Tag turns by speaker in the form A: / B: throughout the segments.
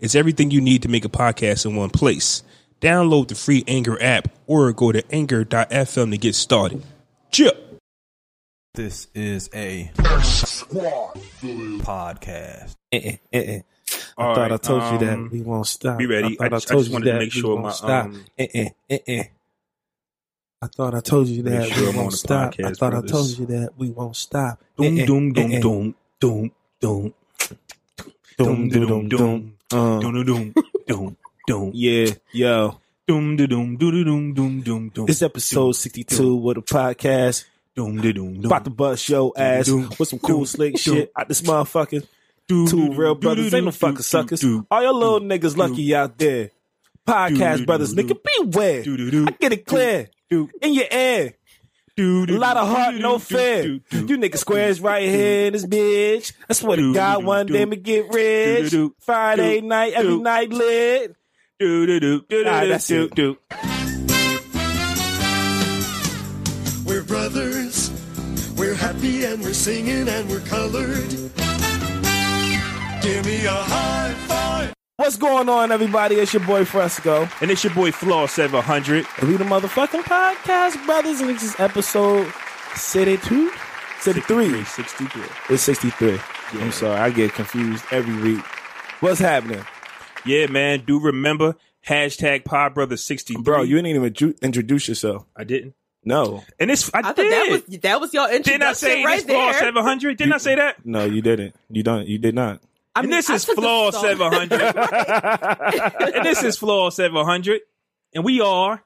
A: It's everything you need to make a podcast in one place. Download the free Anchor app or go to anchor.fm to get started. Chip.
B: This is a podcast.
C: Eh, eh, eh, eh. I
A: All
C: thought I
A: right,
C: told you
A: um,
C: that we won't stop.
A: be ready.
C: I, thought
A: I
C: I,
A: just- I
C: told
A: just
C: you
A: wanted to
C: that
A: make
C: we
A: sure
C: won't
A: my,
C: stop.
A: um,
C: Eh, eh, eh, eh. I thought I told you that
A: sure I'm
C: we
A: on
C: won't
A: the
C: stop. I
A: podcast,
C: thought
A: brothers.
C: I told you that we won't stop.
B: Doom,
C: Eh, eh,
B: doom, doom,
C: eh, eh.
B: doom, doom, doom,
C: Doom, doom,
B: doom, doom,
C: doom.
B: doom,
C: Uh,
B: doom, doom, doom, doom,
C: Yeah, yo.
B: doom, doom, doom, doom, doom, doom, doom.
C: It's episode 62 with a podcast.
B: doom, doom, doom.
C: About to bust yo ass
B: doom,
C: with some cool
B: doom,
C: slick
B: doom.
C: shit out this motherfucker. Two real brothers ain't no fucking suckers. All your little niggas lucky out there. Podcast brothers, nigga, beware. I get it clear. In your air. A lot of heart, no fear. You nigga squares right here in this bitch. I swear to God, one day me get rich. Friday night, every night lit. Nah, that's it.
D: We're brothers. We're happy and we're singing and we're colored. Give me a high five.
C: What's going on, everybody? It's your boy Fresco.
A: And it's your boy Flaw 700.
C: And we the motherfucking podcast brothers, and this is episode 62? 63.
A: 63.
C: It's 63. I'm sorry, I get confused every week. What's happening?
A: Yeah, man. Do remember hashtag PodBrother63.
C: Bro, you didn't even ju- introduce yourself.
A: I didn't.
C: No,
A: And it's. I,
E: I thought
A: did.
E: that was that was your introduction
A: didn't I say
E: right
A: this Flaw
E: there.
A: 700? Didn't I say that?
C: no, you didn't. You don't. You did not.
E: I
A: And
E: mean,
A: this
E: I
A: is
E: took the
A: Flaw
E: song.
A: 700. and this is Flaw 700. And we are.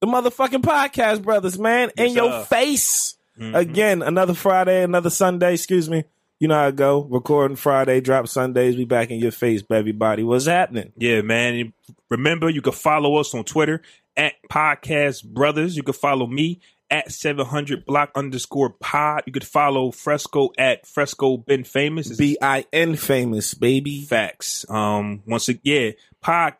C: the motherfucking podcast brothers, man, in
A: Yes,
C: your
A: sir.
C: face again. Another Friday, another Sunday. Excuse me. You know how I go. Recording Friday, drop Sundays. We back in your face, baby body. What's happening?
A: Yeah, man. And Remember, you can follow us on Twitter at Podcast Brothers. You can follow me at 700 block underscore pod. You could follow Fresco at Fresco Been Famous. It's
C: B I N famous baby.
A: facts. Um, once again, yeah, pod,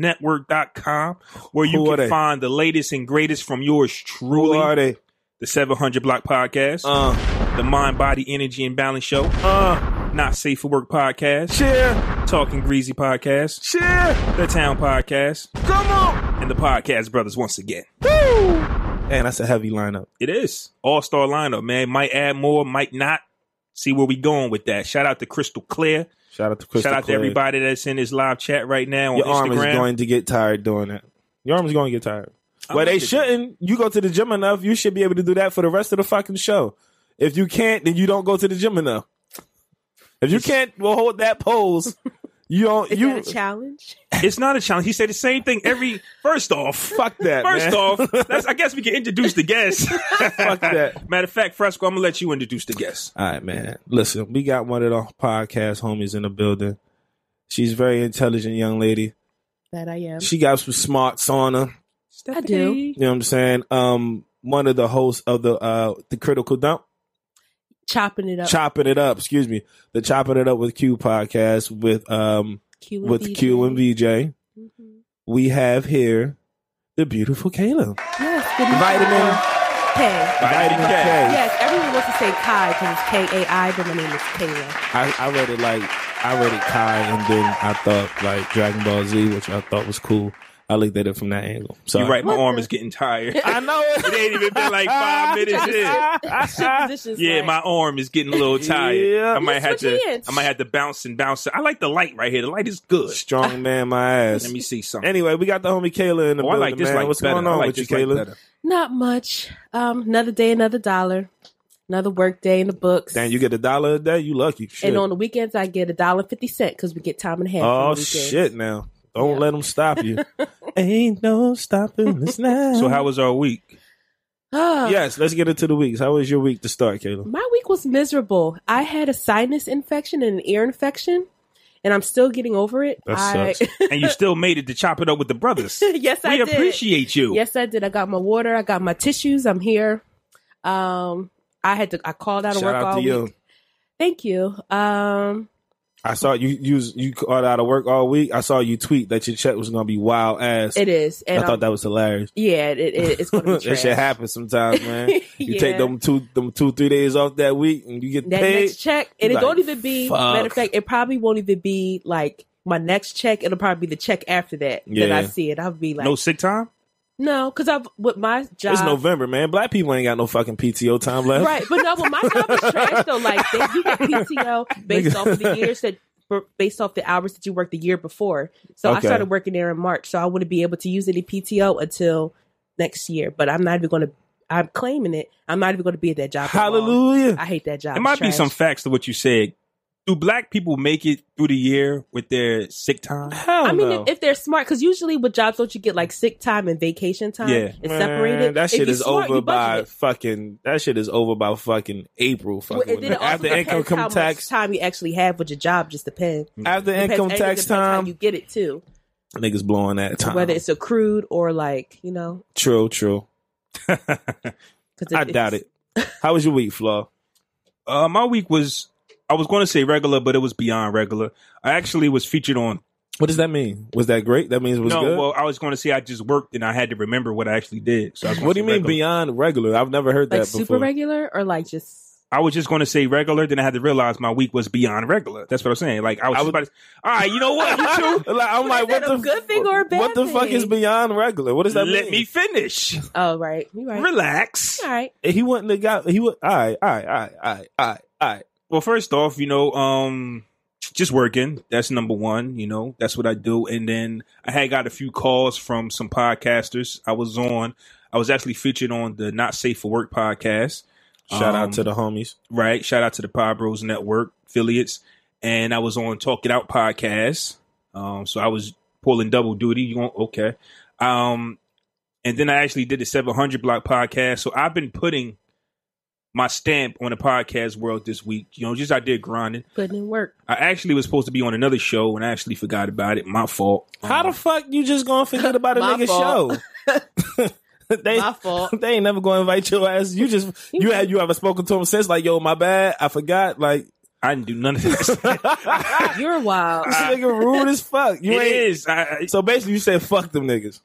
A: podbrosnetwork.com, where you
C: Who are
A: can
C: they?
A: find the latest and greatest from yours
C: Who are
A: truly,
C: they?
A: the 700 block podcast,
C: Uh,
A: the mind, body, energy, and balance show,
C: uh,
A: not safe for work podcast,
C: cheer,
A: talking greasy podcast,
C: cheer,
A: the town podcast,
C: come on.
A: and the podcast brothers once again.
C: Woo! Man, that's a heavy lineup.
A: It is all star lineup, man. Might add more, might not. See where we going with that. Shout out to Crystal Clear.
C: Shout out to Crystal
A: Shout out
C: Clear.
A: to everybody that's in this live chat right now on
C: Your arm is
A: Instagram.
C: going to get tired doing that. Your arm is going to get tired.
A: I
C: well,
A: like
C: they
A: it.
C: shouldn't. You go to the gym enough, you should be able to do that for the rest of the fucking show. If you can't, then you don't go to the gym enough. If you can't well, hold that pose, you don't.
E: Is
C: you
E: that a challenge?
A: It's not a challenge. He said the same thing every. First off,
C: fuck that.
A: First
C: man.
A: off, that's, I guess we can introduce the guest.
C: fuck that.
A: Matter of fact, Fresco, I'm gonna let you introduce the guest.
C: All right, man. Listen, we got one of the podcast homies in the building. She's a very intelligent young lady.
E: That I am.
C: She got some smarts on her.
E: I do.
C: You know what I'm saying? Um, one of the hosts of the uh the critical dump.
E: Chopping it up.
C: chopping it up. Excuse me, the chopping it up with Q podcast with um
E: Q
C: with Q and VJ.
E: Mhm.
C: We have here the beautiful Caleb.
E: Yes, good
C: Vitamin
E: K.
C: Vitamin K.
E: Yes, everyone wants to say Kai because it's K A I, but my name is Kayla.
C: I, I read it like I read it Kai, and then I thought like Dragon Ball Z, which I thought was cool. I looked at it from that angle. So
A: You're right. My
E: What
A: arm
E: the-
A: is getting tired.
C: I know it.
A: it ain't even been like five minutes in.
E: Positions
A: Yeah,
E: like-
A: my arm is getting a little tired.
C: Yeah.
A: I might
E: Let's
A: have
E: switch
A: to.
E: hands.
A: I might have to bounce and bounce. I like the light right here. The light is good.
C: Strong man, my ass.
A: Let me see something.
C: Anyway, we got the homie Kayla in the
A: Oh, I
C: building,
A: like this
C: man.
A: light
C: What's
A: better.
C: going on
A: I like
C: with you,
A: this light
C: Kayla?
A: better.
E: Not much. Um, another day, another dollar. Another work day in the books.
C: Damn, you get a dollar a day. You lucky. Shit.
E: and on the weekends, I get a dollar fifty cent because we get time and a half. on
C: Oh
E: the weekends.
C: shit! Now don't 'em let them stop you. Ain't no stopping us now.
A: So how was our week?
E: Ah.
C: Yes, let's get into the weeks. How was your week to start, Caleb?
E: My week was miserable. I had a sinus infection and an ear infection, and I'm still getting over it.
C: That
E: I-
C: sucks.
B: and you still made it to chop it up with the brothers.
E: yes,
B: we
E: I did.
B: appreciate you.
E: Yes, I did. I got my water. I got my tissues. I'm here. Um, I had to. I called out of
C: Shout
E: work
C: out
E: all
C: to you.
E: week. Thank you. Um,
C: I saw you you was- you called out of work all week. I saw you tweet that your check was gonna be wild ass.
E: it is.
C: I
E: And
C: thought
E: I'm-
C: that was hilarious.
E: yeah, it, it, it's going to be
C: that
E: trash.
C: shit happens sometimes, man. You
E: Yeah.
C: take them two them two three days off that week and you get
E: that
C: paid.
E: next check, and it
C: Like,
E: don't even be. Matter of
C: fuck.
E: fact, it probably won't even be like my next check. It'll probably be the check after that that I
C: Yeah.
E: see it. I'll be like,
B: No sick time.
E: no, because I've with my job.
C: It's November, man. Black people ain't got no fucking PTO time left.
E: Right, but no, but my job is trash though. Like they, you get PTO based
C: Nigga.
E: off of the years that, b- based off the hours that you worked the year before. So I
C: Okay.
E: started working there in March, so I wouldn't be able to use any PTO until next year. But I'm not even going to. I'm claiming it. I'm not even going to be at that job. for long.
C: Hallelujah.
E: I hate that job.
B: There
E: It's
B: might be
E: trash.
B: some facts to what you said. Do black people make it through the year with their sick time?
C: Hell
E: I mean,
C: Oh, no.
E: if, if they're smart, because usually with jobs, don't you get like sick time and vacation time?
B: Yeah.
E: it's
C: Man,
E: separated.
C: That
E: If
C: shit
E: you're
C: is
E: smart, you
C: over
E: budget
C: by
E: it.
C: fucking. That shit is over by fucking April.
E: Well,
C: Fucking
E: and then
C: when-
E: it also
C: after income
E: depends how
C: come
E: much
C: tax.
E: time you actually have with your job. Just depends.
C: After
E: Depends-
C: income
E: and it
C: tax
E: depends how
C: time,
E: you get it too.
C: niggas blowing that time.
E: Whether it's accrued or like you know,
C: true, true.
E: because
C: I doubt it. How was your week, Flaw?
B: Uh, my week was, I was going to say regular, but it was beyond regular. I actually was featured on.
C: What does that mean? Was that great? That means it was
B: no,
C: good.
B: well, I was going to say I just worked and I had to remember what I actually did. So I was gonna
C: what do
B: say
C: you mean
B: regular.
C: beyond regular? I've never heard
E: Like
C: that
E: super
C: before.
E: regular or like just
B: I was just going to say regular, then I had to realize my week was beyond regular. That's what I'm saying. Like I was,
C: I
B: just
C: was-
B: about to, all right, you know what? You two,
C: Like, I'm
E: But
C: like,
E: is that
C: what
E: a
C: the
E: good thing or a bad
C: What the fuck
E: thing?
C: is beyond regular? What does that
B: let
C: mean?
B: me finish.
E: oh right, you right,
B: Relax.
E: all right.
C: He wouldn't have got. He would. All right, all right, all right, all right, all right, all right.
B: Well, first off, you know, um, just working. That's number one. You know, that's what I do. And then I had got a few calls from some podcasters. I was on. I was actually featured on the Not Safe for Work podcast.
C: Shout
B: Um,
C: out to the homies.
B: right. Shout out to the Pod Bros Network affiliates. And I was on Talk It Out podcast. Um, so I was pulling double duty. You want okay? Um, and then I actually did the 700 block podcast. So I've been putting my stamp on the podcast world this week. You know, just I did grinding.
E: Putting in work.
B: I actually was supposed to be on another show and I actually forgot about it. My fault.
C: How the fuck you just gonna forget about a
E: My
C: nigga
E: fault.
C: show? they
E: My fault.
C: they ain't never gonna invite your ass. You just you had you ever spoken to him since like yo my bad I forgot like
B: I didn't do none of this. it
C: Ah.
E: You're wild.
C: this nigga rude as fuck. You ain't.
B: Ah. is I, I-
C: So basically, you said fuck them niggas.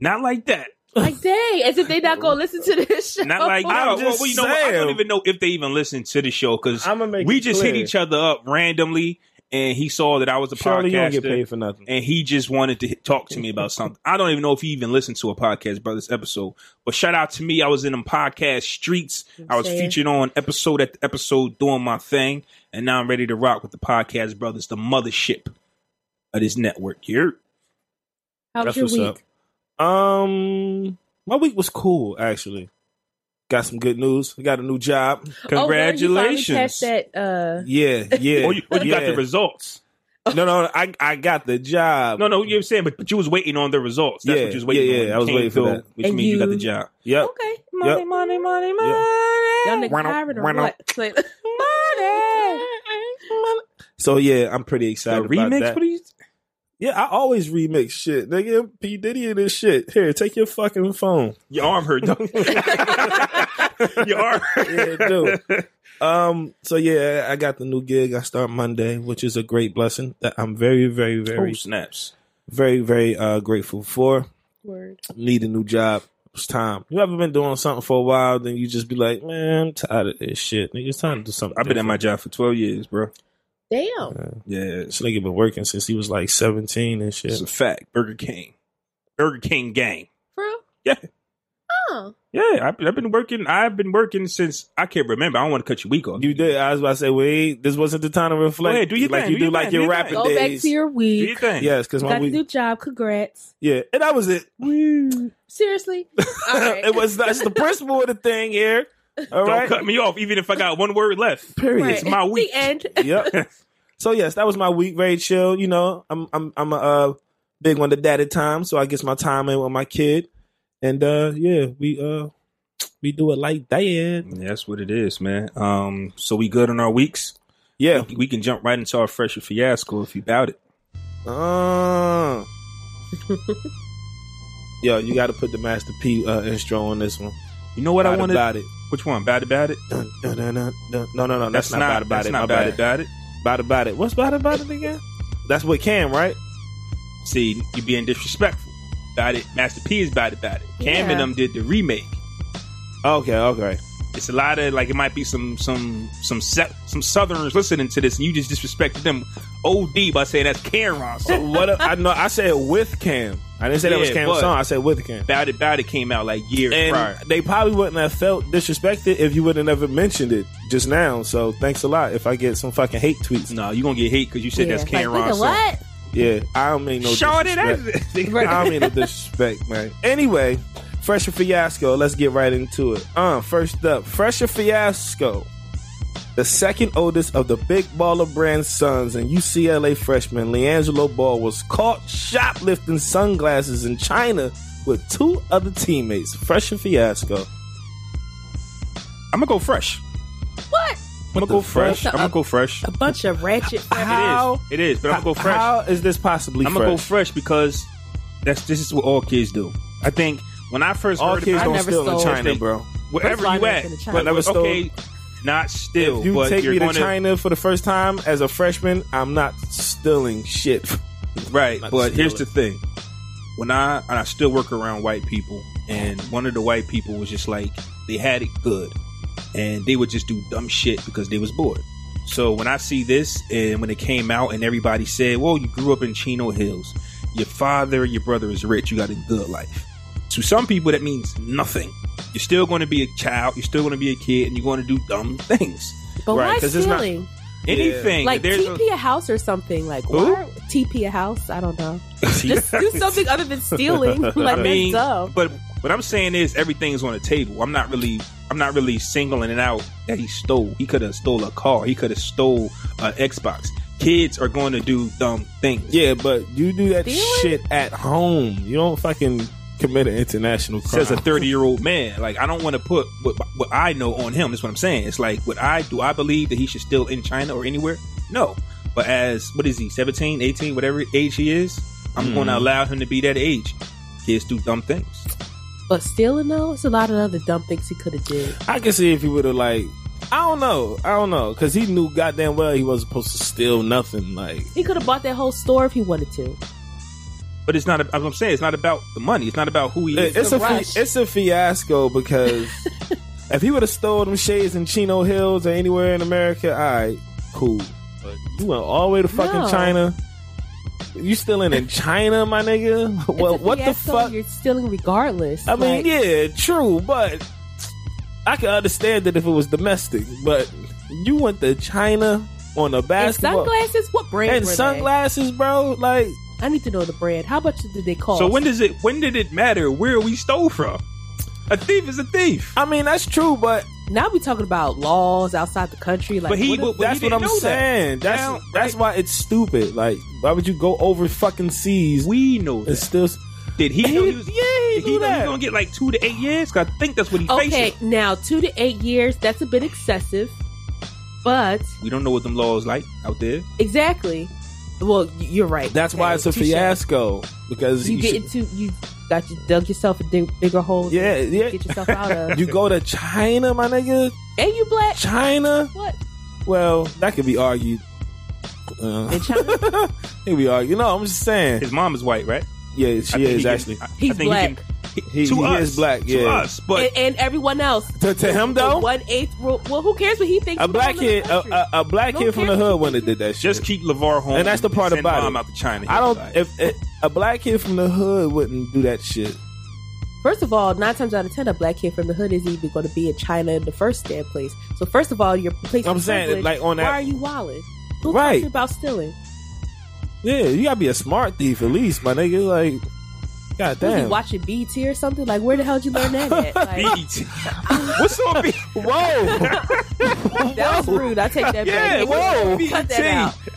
B: not like that.
E: like dang, as if they not gonna listen to this show.
B: Not like
C: I'm
B: no. Well,
C: just
B: well, you know, what? I don't
C: saying.
B: even know if they even listen to the show because
C: I'ma make
B: we
C: it
B: just hit
C: clear.
B: each other up randomly, and he saw that I was a
C: Charlie, you don't get
B: podcaster,
C: paid for nothing.
B: and he just wanted to hit- talk to me about something. I don't even know if he even listened to a podcast brothers episode. But shout out to me, I was in them podcast streets. I was
E: Saying.
B: featured on episode at episode doing my thing, and now I'm ready to rock with the podcast brothers, the mothership of this network. Here,
E: How was
C: That's
E: your
C: what's
E: week? Oh,
C: up. Um, my week was cool actually. Got some good news. I got a new job.
B: congratulations!
E: Oh, girl, you finally catch that. Uh,
C: Yeah, yeah.
B: or Oh, you, or you got
C: yeah.
B: the results.
C: No, no, I I got the job.
B: No, no, you know what I'm saying, but, but you was waiting on the results. That's
C: Yeah,
B: what you was waiting
C: yeah,
B: on.
C: yeah,
B: when
C: I was
B: you
C: waiting for
B: came
C: that.
B: through, Which
E: And
B: means you, got the
E: you-
B: job.
C: Yep.
E: okay, money,
C: Yep.
E: money, money, money. Y'all niggas hired or what? It's like, money.
C: So yeah, I'm pretty
B: The
C: excited. about
B: remix,
C: that.
B: please.
C: Yeah, I always remix shit, nigga. P Diddy and this shit. Here, take your fucking phone.
B: Your arm hurt. though. Your arm.
C: Yeah, dude. um. So yeah, I got the new gig. I start Monday, which is a great blessing that I'm very, very,
B: Oh,
C: very,
B: snaps.
C: very, very uh, grateful for.
E: Word.
C: Need a new job. It's time. You ever been doing something for a while, then you just be like, man, I'm tired of this shit, nigga. It's time to do something.
B: I've been at
C: different."
B: my job for 12 years, bro.
E: Damn.
B: Yeah,
C: This nigga been working since he was like 17 and shit.
B: it's a fact. Burger King. Burger King gang.
E: For real?
B: Yeah.
E: Oh.
B: Yeah, I've, I've been working. I've been working since I can't remember. I don't want to cut your week off.
C: You did. I was about to say, wait, this wasn't the time to reflect.
B: Go ahead, do your
C: like
B: thing,
C: you
B: do
C: do,
B: your
C: like
B: thing, do
C: your
B: your
C: rapping
B: thing.
E: Go
C: days.
E: back to your
B: do
E: week.
B: your thing.
C: yes, because
E: You
C: my
E: got a
C: week.
E: new job. Congrats.
C: yeah, and that was it.
E: Seriously? All right.
C: it was that's the principle of the thing here. All
B: Don't
C: right.
B: cut me off, even if I got one word left.
C: Period.
E: Right.
B: It's my week.
E: The end.
C: Yep. so yes, that was my week. Very chill. You know, I'm I'm I'm a uh, big one to daddy time, so I guess my time in with my kid, and uh yeah, we uh we do it like that.
B: Yeah, that's what it is, man. Um, so we good on our weeks.
C: Yeah.
B: We, we can jump right into our fresher fiasco if you bout it.
C: Uh. Yo, you got to put the Master P uh, intro on this one.
B: You know what I
C: Bada
B: wanted?
C: Bada.
B: Which one? Bout it, bout it?
C: Dun, dun, dun, dun, dun. No, no, no. That's,
B: That's,
C: not,
B: not,
C: bad about
B: that's
C: it.
B: not
C: my
B: bout
C: bad.
B: it, bout it.
C: Bad about it. What's bad about it again? That's with Cam, right?
B: See, you being disrespectful. Bout it. Master P is bout it, bout it. Cam
E: Yeah.
B: and them did the remake.
C: Okay, okay.
B: It's a lot of like it might be some some some set some Southerners listening to this, and you just disrespected them OD by saying that's Caron. So
C: What a- uh, I know? I said with Cam. I didn't say that was
B: Yeah,
C: Cam's
B: but-
C: song. I said with Cam.
B: Bout It Bout It came out like years
C: And
B: prior.
C: they probably wouldn't have felt disrespected if you would have never mentioned it just now. So thanks a lot. If I get some fucking hate tweets,
B: No, you gonna get hate because you said that's
E: Like,
B: Caron.
E: nigga,
B: so-
E: what?
C: yeah, I don't mean no.
B: Shorty,
C: disrespect.
B: that's
C: I don't mean no disrespect, man. Anyway, Fresher Fiasco. Let's get right into it. Uh, first up, Fresher Fiasco, the second oldest of the Big Baller Brand sons and UCLA freshman LeAngelo Ball was caught shoplifting sunglasses in China with two other teammates. Fresher Fiasco.
B: I'm gonna go fresh.
E: What?
B: I'm gonna go fresh.
E: fuck?
B: I'm gonna go fresh.
E: A bunch of ratchet.
C: How-
B: It is. It is. But I'm gonna go fresh.
C: How is this possibly?
B: I'm
C: fresh?
B: gonna go fresh because that's this is what all kids do. I think when I first
C: All
B: heard
C: kids
B: about
C: don't
B: it,
E: never
C: steal in
E: stole-
C: China,
B: They-
C: bro.
B: wherever
E: First of all,
B: you
E: I never
B: at,
E: been to China.
B: but
C: Never stole-
B: okay, not still.
C: You
B: but
C: take
B: you're
C: me to
B: gonna,
C: China for the first time as a freshman, I'm not stealing shit.
B: Right,
C: Not
B: but here's the
C: stealing.
B: thing. When I and I still work around white people, and one of the white people was just like they had it good, and they would just do dumb shit because they was bored. So when I see this, and when it came out, and everybody said, "Well, you grew up in Chino Hills, your father, your brother is rich, you got a good life." To some people, that means nothing. You're still going to be a child. You're still going to be a kid, and you're going to do dumb things.
E: But
C: Right,
E: why
C: 'cause it's not-
E: stealing?
B: Anything
E: Like
B: There's a-
E: TP a, house or something. Like
B: Who?
E: why TP a house? I don't know. Just do something other than stealing. Like
B: I mean,
E: that's dumb.
B: but what I'm saying is everything's on the table. I'm not really, I'm not really singling it out that he stole. He could have stole a car. He could have stole an Xbox. Kids are going to do dumb things.
C: Yeah, but you do that
E: Stealing?
C: shit at home. You don't fucking commit an international crime.
B: Says a 30 year old man. Like I don't want to put what, what I know on him. That's what I'm saying. It's like what I do. I believe that he should still in China or anywhere. No, but as what is he? 17, 18, whatever age he is. I'm going to allow him to be that age. Kids do dumb things.
E: But stealing though, it's a lot of other dumb things he could have did.
C: I can see if he would have like, I don't know, I don't know, because he knew goddamn well he wasn't supposed to steal nothing. Like,
E: He could have bought that whole store if he wanted to.
B: But it's not. I'm saying it's not about the money. It's not about who he is.
C: it's,
E: a
C: a fi-
E: rush.
C: it's a fiasco because if he would have stole them shades in Chino Hills or anywhere in America, all right, cool. But you went all the way to fucking
E: No.
C: China. You still in, in China, my nigga?
E: It's
C: Well,
E: a
C: what the
E: fiasco,
C: fuck?
E: You're stealing regardless.
C: I mean,
E: Like,
C: yeah, true, but I can understand it if it was domestic. But you went to China on a
E: And
C: basketball
E: sunglasses. What brand?
C: and
E: were they?
C: sunglasses, bro. Like
E: I need to know the brand. How much did they cost?
B: So when does it? When did it matter where we stole from? A thief is a thief.
C: I mean, that's true, but
E: now we talking about laws outside the country. Like
B: But he
E: what if-
B: would-
C: that's
B: he
C: what
B: didn't
C: I'm
B: know that.
C: saying. That's
B: Now,
C: that's why it's stupid. Like, why would you go over fucking seas
B: We know
C: and
B: this.
C: still? s-
B: Did he? Know he was,
C: Yeah, he
B: did
C: knew
B: he know
C: that.
B: He's gonna get like two to eight years. 'Cause I think that's what he
E: okay,
B: facing.
E: now two to eight years. That's a bit excessive, but
B: We don't know what them laws like out there.
E: exactly. Well, y- you're right.
C: That's why
E: Okay,
C: it's a
E: touche.
C: fiasco because
E: You
C: you
E: get
C: should-
E: into you got you dug yourself a dig, bigger hole. to
C: yeah, yeah.
E: Get yourself out of.
C: You go to China, my nigga.
E: and you black.
C: China.
E: What?
C: Well, that could be argued. Uh,
E: In China?
C: it could be argued. No, I'm just saying.
B: His mom is white, right?
C: Yeah,
B: I
C: she
B: think he
C: is
B: can-
C: actually.
B: I- I
E: He's
B: think he
E: black.
B: can-
C: He-
B: to
C: he
B: us,
C: is black,
B: To
C: yeah.
B: us, but
E: and, and everyone else.
C: To, to him though,
E: One eighth rule. Well, who cares what he thinks?
C: a
E: about
C: black
E: another
C: kid, uh,
E: country?
C: a, a, a black
E: No
C: kid from the
E: kids.
C: hood wouldn't have did that shit.
B: just keep Levar home.
C: And that's the part
B: send
C: about
B: mom
C: it.
B: out to China.
C: I don't.
B: Like,
C: If, if a black kid from the hood wouldn't do that shit,
E: First of all, nine times out of ten, a black kid from the hood isn't even going to be in China in the first damn place. So first of all, your place.
C: I'm saying, like, on that-
E: Why are you wilding? Who
C: Right.
E: talking about stealing?
C: yeah, you gotta be a smart thief at least, my nigga. Like,
E: Was he
C: goddamn.
E: watching BET or something? Like, where the hell did you learn that at? Like,
B: BET. What's on B?
C: Whoa,
E: that was rude. I take that
C: Yeah,
E: back.
C: whoa.
E: Cut that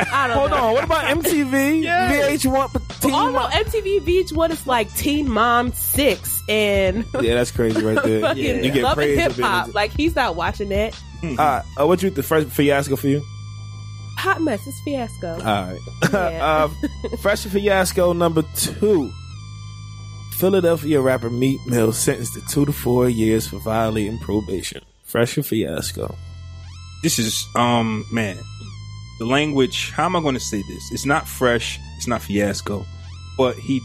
E: out. I don't
C: hold
E: know.
C: on. What about MTV, VH1, Teen
E: Oh no,
C: Mom?
E: MTV VH1 is like Teen Mom Six and
C: Yeah, that's crazy right there.
E: fucking
C: You get
E: Love and
C: praised
E: Hip
C: for being
E: Hop. Like he's not watching that.
C: Uh, uh, what you the first fiasco for you?
E: hot mess. It's fiasco.
C: All right.
E: Yeah.
C: uh, Fresh Fiasco number two. Philadelphia rapper Meat Mill sentenced to two to four years for violating probation. Fresh Fiasco.
B: This is um man. The language, how am I gonna say this? It's not fresh, it's not fiasco. But he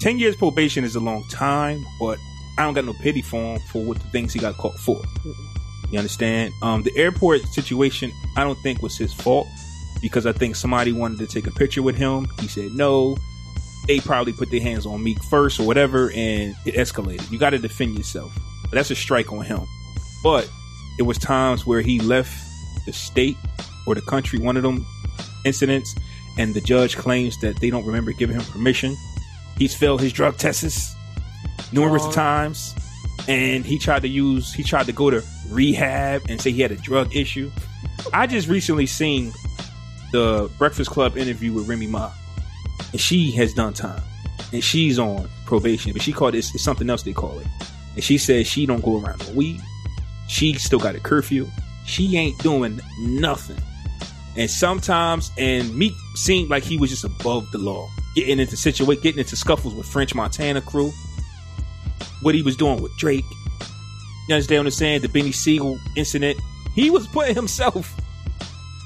B: ten years probation is a long time, but I don't got no pity for him for what the things he got caught for. You understand? Um the airport situation I don't think was his fault because I think somebody wanted to take a picture with him. He said no. They probably put their hands on Meek first or whatever, and it escalated. You got to defend yourself. That's a strike on him. But it was times where he left the state or the country, one of them incidents, and the judge claims that they don't remember giving him permission. He's failed his drug tests numerous times, and he tried to use he tried to go to rehab and say he had a drug issue. I just recently seen the Breakfast Club interview with Remy Ma, and she has done time, and she's on probation, but she called it it's something else they call it, and she says she don't go around the weed. She still got a curfew. She ain't doing nothing. And sometimes, and Meek seemed like he was just above the law, getting into situate, getting into scuffles with French Montana crew. What he was doing with Drake, you understand what I'm saying? The Benny Siegel incident. He was putting himself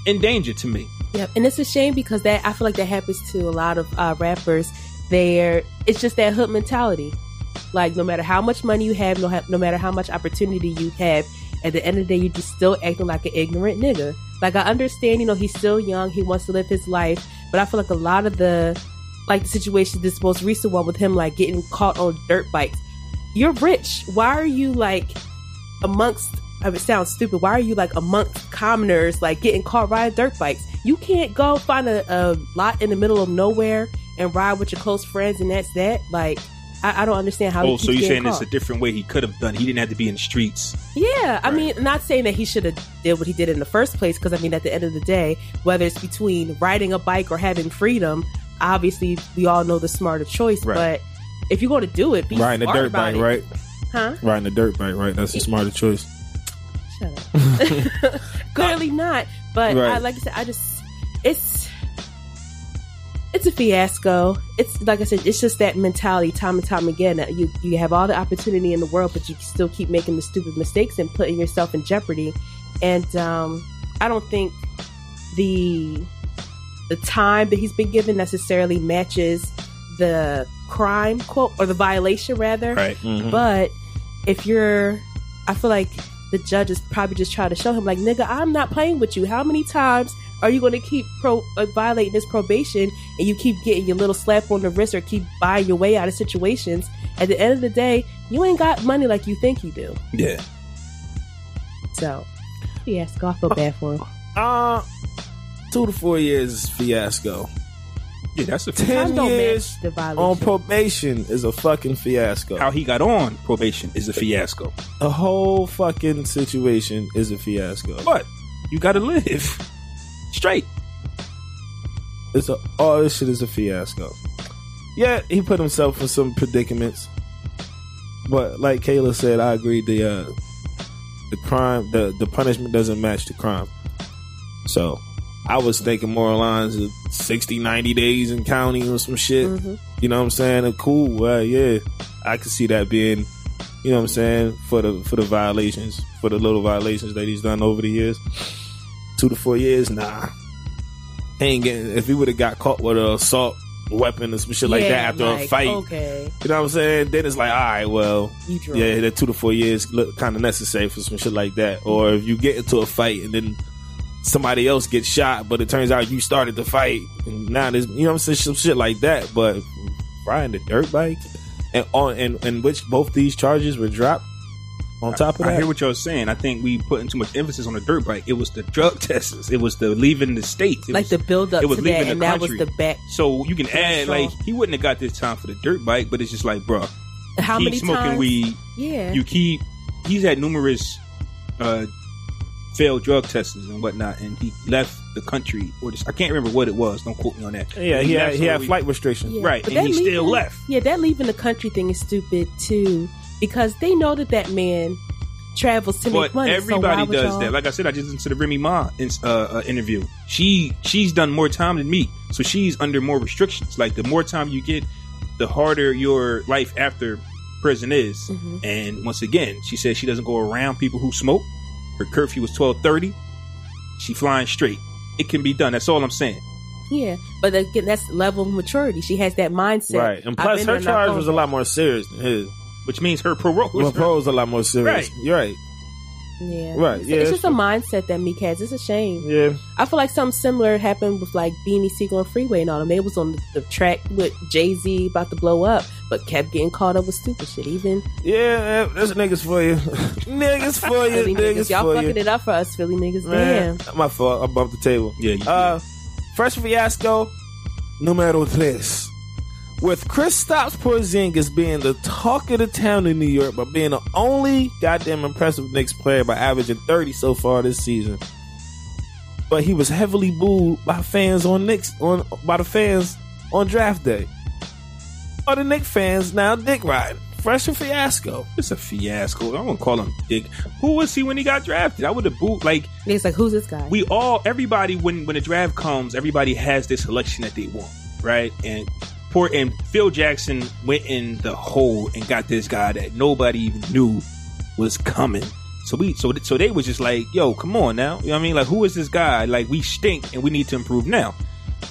B: in danger to me.
E: Yep, and it's a shame because that I feel like that happens to a lot of uh, rappers. There, it's just that hood mentality. Like no matter how much money you have, no, ha- no matter how much opportunity you have, at the end of the day, you're just still acting like an ignorant nigga. Like I understand, you know, he's still young, he wants to live his life, but I feel like a lot of the like the situation, this most recent one with him, like getting caught on dirt bikes. You're rich. Why are you like amongst? I mean, It sounds stupid. Why are you like amongst commoners, like getting caught riding dirt bikes? You can't go find a, a lot in the middle of nowhere and ride with your close friends, and that's that. Like, I, I don't understand how.
B: Oh, so
E: he keeps
B: you're saying
E: getting
B: it's
E: caught.
B: a different way he could have done. He didn't have to be in the streets.
E: Yeah, I mean, not saying that he should have did what he did in the first place, because I mean, at the end of the day, whether it's between riding a bike or having freedom, obviously we all know the smarter choice.
B: Right.
E: But if you're going to do it, be
C: Riding the
E: smart
C: dirt
E: about
C: bike,
E: it.
C: right?
E: Huh?
C: Riding the dirt bike, right? That's the smarter choice.
E: Shut up. Clearly not. But I,
C: Right.
E: like I said, I just it's it's a fiasco. It's like I said, it's just that mentality, time and time again. That you you have all the opportunity in the world, but you still keep making the stupid mistakes and putting yourself in jeopardy. And um, I don't think the the time that he's been given necessarily matches the crime quote or the violation rather.
B: Right.
C: Mm-hmm.
E: But if you're, I feel like the judge is probably just trying to show him, like, nigga, I'm not playing with you. How many times are you going to keep pro- like, violating this probation and you keep getting your little slap on the wrist or keep buying your way out of situations? At the end of the day, you ain't got money like you think you do.
B: Yeah.
E: So, yes, I feel bad for him.
C: Uh, two to four years is fiasco.
B: Yeah, that's a
E: Time
C: Ten
E: don't
C: years
E: match the violation.
C: on probation is a fucking fiasco.
B: how he got on probation is a fiasco.
C: The whole fucking situation is a fiasco.
B: But you got to live straight.
C: It's a, all this shit is a fiasco. Yeah, he put himself in some predicaments, but like Kayla said, I agree. The uh, the crime, the the punishment doesn't match the crime. So, I was thinking more lines of 60, 90 days in county or some shit.
E: Mhm.
C: You know what I'm saying? Uh, Cool. Uh, yeah, I could see that being, you know what I'm saying, for the for the violations, for the little violations that he's done over the years. Two to four years, nah. He ain't getting. If he would have got caught with an assault weapon or some shit like
E: Yeah,
C: that after a
E: like, oh.
C: fight,
E: Okay,
C: you know what I'm saying? Then it's like, all right, well,
E: you drunk.
C: yeah, that two to four years look kind of necessary for some shit like that. Or if you get into a fight and then somebody else gets shot, but it turns out you started the fight, and now there's you know what I'm saying some shit like that. But riding the dirt bike and on and in which both these charges were dropped on top of
B: I
C: that.
B: hear what y'all saying. I think we putting too much emphasis on the dirt bike. It was the drug tests. It was the leaving the state. It
E: like
B: was-
E: the build up
B: it was
E: to that,
B: leaving the
E: and that was
B: country.
E: the back.
B: So you can add
E: Sure.
B: like he wouldn't have got this time for the dirt bike, but it's just like, bruh,
E: How
B: keep
E: many
B: smoking
E: times?
B: weed.
E: Yeah,
B: You keep. He's had numerous uh, failed drug tests and whatnot, and he left the country or just, I can't remember what it was. Don't quote me on that.
C: yeah, he had,
B: left
C: he
B: so
C: had
B: we-
C: flight restrictions.
E: Yeah,
B: Right,
E: but
B: and
E: that
B: he still
E: leaving-
B: left.
E: Yeah, that leaving the country thing is stupid too, because they know that that man travels to
B: But
E: make money. so why
B: everybody
E: would
B: does
E: y'all-
B: that. Like I said, I just listened to the Remy Ma in, uh, uh, interview. She she's done more time than me, so she's under more restrictions. Like the more time you get, the harder your life after prison is.
E: Mm-hmm.
B: And once again, she says she doesn't go around people who smoke. Her curfew was twelve thirty. She flying straight. It can be done. That's all I'm saying.
E: Yeah, but again, that's level of maturity. She has that mindset.
C: Right. And
E: I've
C: plus,
E: been
C: her
E: in
C: charge
E: Narcoma.
C: was a lot more serious than his.
B: Which means her parole.
C: Well, pro was a lot more serious.
B: Right.
C: You're right.
E: Yeah.
C: Right,
E: It's,
C: yeah,
E: it's
C: that's
E: just a mindset that Meek has. It's a shame.
C: Yeah.
E: I feel like something similar happened with like Beanie Siegel and Freeway and all them. They was on the track with Jay Z about to blow up, but kept getting caught up with stupid shit. Even
C: Yeah, that's niggas for you. niggas for you.
E: Philly
C: niggas,
E: niggas, y'all
C: for you.
E: fucking it up for us Philly niggas.
C: Man,
E: Damn.
C: my fault. I bumped the table.
B: Yeah, you-
C: Uh, Fresh Fiasco, numero tres. With Chris Stops Porzingis being the talk of the town in New York, but being the only goddamn impressive Knicks player by averaging 30 so far this season. But he was heavily booed by fans on Knicks on by the fans on draft day. Are the Knicks fans now dick riding? Fresh and fiasco.
B: It's a fiasco. I wouldn't call him dick. Who was he when he got drafted? I would have booed like
E: It's like who's this guy?
B: we all everybody when when the draft comes everybody has this selection that they want right and poor and phil jackson went in the hole and got this guy that nobody even knew was coming so we so so they was just like yo come on now you know what i mean like who is this guy like we stink and we need to improve now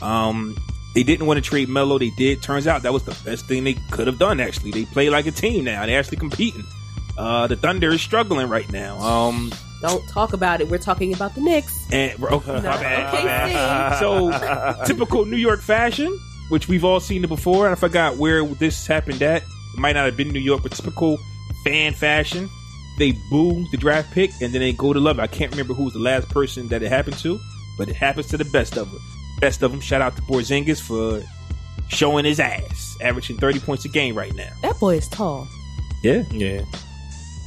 B: um they didn't want to trade Melo. They did. Turns out that was the best thing they could have done. Actually, they play like a team now. They're actually competing. Uh, the Thunder is struggling right now. Um,
E: Don't talk about it. We're talking about the Knicks.
B: and oh, my
E: No,
B: bad, my
E: okay,
B: bad.
E: see.
B: So typical New York fashion, which we've all seen it before. And I forgot where this happened at. It might not have been New York, but typical fan fashion. They boo the draft pick and then they go to love it. I can't remember who was the last person that it happened to, but it happens to the best of them. Best of them. Shout out to Porzingis for showing his ass, averaging thirty points a game right now.
E: That boy is tall,
B: Yeah,
C: Yeah.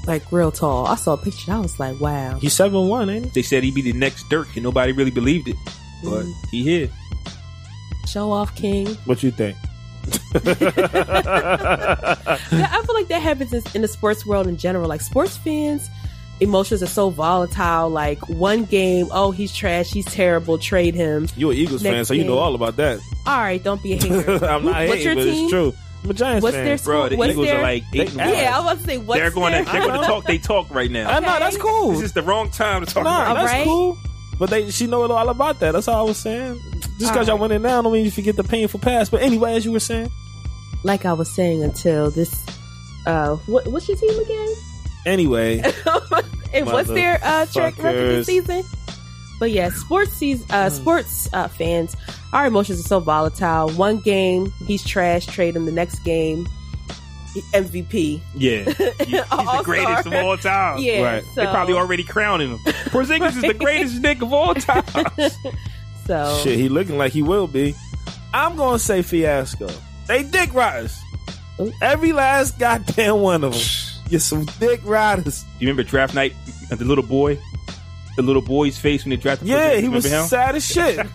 E: like real tall. I saw a picture. I was like, wow.
C: He's 7 1, ain't he?
B: they said he'd be the next Dirk, and nobody really believed it, but he here.
E: Show off king.
C: What you think?
E: Yeah, I feel like that happens in, in the sports world in general. Like sports fans, emotions are so volatile. Like one game, oh he's trash, he's terrible, trade him.
C: You're an Eagles
E: Next
C: fan, so you know
E: game.
C: all about that.
E: All right, don't be a hater.
C: I'm
E: Who-
C: not hating,
E: what's your
C: but
E: team?
C: it's true. I'm a Giants
E: What's
C: fan.
B: Bro,
E: their score?
B: the
E: What's
B: Eagles
E: their?
B: are like eight and
C: They-
B: one.
E: yeah, I was about to say what's
B: they're going
E: their?
B: to they're going to talk. They talk right now.
C: I know Uh, that's
E: Okay.
C: cool.
B: This is the wrong time to talk
C: nah,
B: about
C: that's
E: Right?
C: cool. But they, she know it all about that. That's all I was saying. Just because y'all went in now, don't mean you forget the painful past. But anyway, as you were saying,
E: like I was saying until this. Uh, what, what's your team again?
C: anyway,
E: and what's their uh, track record this
C: Motherfuckers.
E: season? But yeah, sports season, uh, sports uh, fans, our emotions are so volatile. One game, he's trash. Trade him. The next game, he- MVP.
B: it. Yeah, he's the
E: All-star.
B: greatest of all time.
E: Yeah,
C: Uh, right.
E: so,
B: They probably already crowning him. Porzingis is the
E: Right.
B: greatest Nick of all time.
E: So
C: shit, he looking like he will be. I'm gonna say fiasco. They dick riders.
E: Ooh.
C: Every last goddamn one of them. You're some dick riders.
B: You remember draft night? The little boy, the little boy's face when they drafted.
C: Yeah,
B: Porzingis?
C: he
B: Remember
C: was
B: him?
C: sad as shit.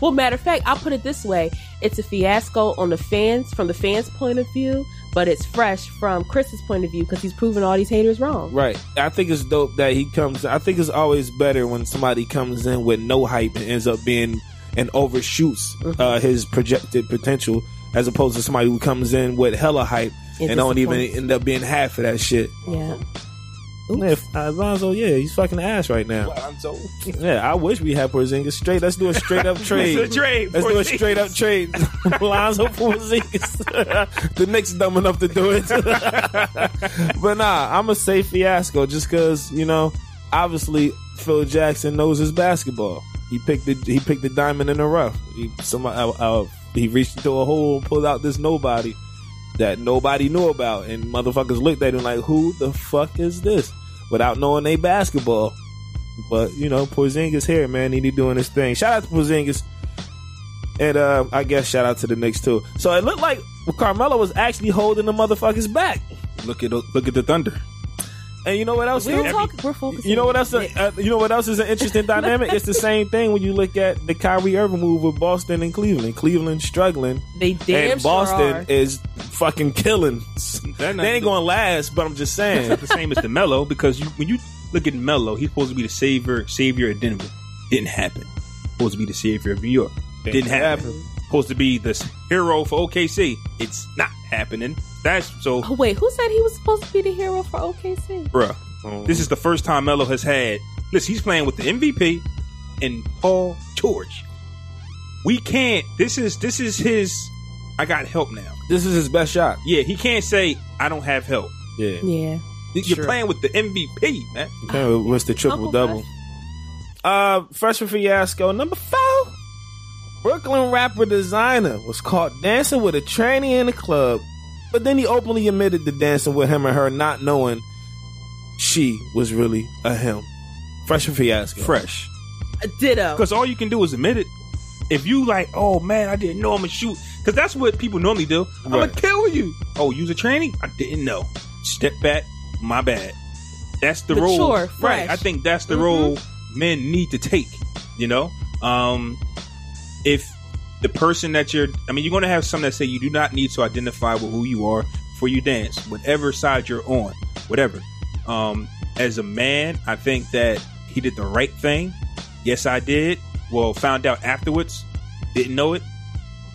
E: Well, matter of fact, I'll put it this way: it's a fiasco on the fans from the fans' point of view, but it's fresh from Chris's point of view because he's proven all these haters wrong.
C: Right. I think it's dope that he comes. I think it's always better when somebody comes in with no hype and ends up being and overshoots uh, his projected potential, as opposed to somebody who comes in with hella hype
E: It
C: and don't even
E: disappoints.
C: end up being half of that shit.
E: Yeah,
C: Yeah, if- Alonzo, yeah, he's fucking ass right now. Yeah, I wish we had Porzingis straight. Let's do a straight up trade.
B: It's a trade.
C: Let's do a
B: Porzingis.
C: straight up trade. Lonzo Porzingis. the Knicks dumb enough to do it. but nah, I'm going to say fiasco just because, you know, obviously Phil Jackson knows his basketball. He picked the he picked the diamond in the rough. He somebody uh, uh, he reached into a hole and pulled out this nobody that nobody knew about, and motherfuckers looked at him like, "Who the fuck is this?" Without knowing they basketball. But you know, Porzingis here, man. He be doing his thing. Shout out to Porzingis, and uh, I guess shout out to the Knicks too. So it looked like Carmelo was actually holding the motherfuckers back.
B: Look at look at the Thunder.
C: And you know what else?
E: we're
C: too?
E: talking. We're focusing.
C: You know what
E: on
C: else?
E: the Knicks.
C: Uh, you know what else is an interesting dynamic? It's the same thing when you look at the Kyrie Irving move with Boston and Cleveland. Cleveland struggling,
E: They damn
C: and
E: sure
C: Boston
E: are.
C: is fucking killing.
B: That
C: they ain't
B: not-
C: gonna last, but I'm just
B: It's
C: saying.
B: not the same as the Mello because you, when you look at Mello, he's supposed to be the savior savior of Denver. Didn't happen. Supposed to be the savior of New York. Didn't happen. Supposed to be this hero for OKC. It's not happening. That's so,
E: Oh, wait, who said he was supposed to be the hero for OKC?
B: bruh.
C: Oh.
B: This is the first time Mello has had. Listen, he's playing with the MVP and Paul George. We can't. This is this is his. I got help now.
C: This is his best shot.
B: Yeah, he can't say I don't have help.
C: Yeah.
E: Yeah.
B: You're
C: Sure.
B: playing with the MVP, man.
C: Okay, what's the triple
E: Uncle
C: double? Uh, freshman fiasco number four. Brooklyn rapper designer was caught dancing with a tranny in a club, but then he openly admitted to dancing with him and her, not knowing she was really a him. Freshman fiasco.
B: Fresh.
E: Uh, Ditto.
B: Because all you can do is admit it. If you like, oh man, I didn't know I'm gonna shoot. Because that's what people normally do. I'm gonna
C: Right.
B: kill you. Oh, use a tranny? I didn't know. Step back. My bad. That's the role.
E: Mature,
B: Right.
E: fresh.
B: I think that's the
E: Mhm.
B: role men need to take. You know, um, if the person that you're, I mean, you're gonna have some that say you do not need to identify with who you are before you dance, whatever side you're on, whatever. Um, as a man, I think that he did the right thing. Yes, I did. Well, found out afterwards. Didn't know it.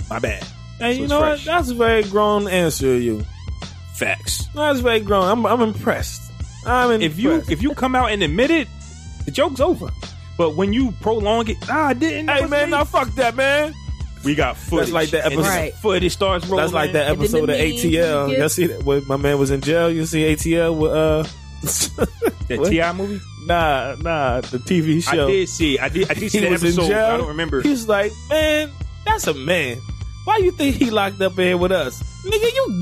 B: My bad.
C: Hey,
B: So
C: you
B: it's
C: know
B: fresh.
C: what? That's a very grown answer, to you.
B: Facts.
C: That's very grown. I'm, I'm impressed. I'm impressed.
B: If you if you come out and admit it, the joke's over. But when you prolong it, ah, I didn't. know
C: hey
B: it's
C: man,
B: me."
C: now fuck that man.
B: we got footage.
C: like that
B: And
C: episode-
E: Right.
B: Footage starts rolling.
C: That's like that
E: And then
C: episode
E: the
C: of
E: meme
C: ATL.
E: you
C: Y'all
E: get-
C: see that? When my man was in jail, you see ATL with uh,
B: That
C: What?
B: Ti movie.
C: nah, nah, the TV show.
B: I did see. I did. I did see
C: He
B: that
C: was in
B: episode.
C: jail.
B: I don't remember.
C: He's like, man, that's a man. Why you think he locked up in here with us, nigga? You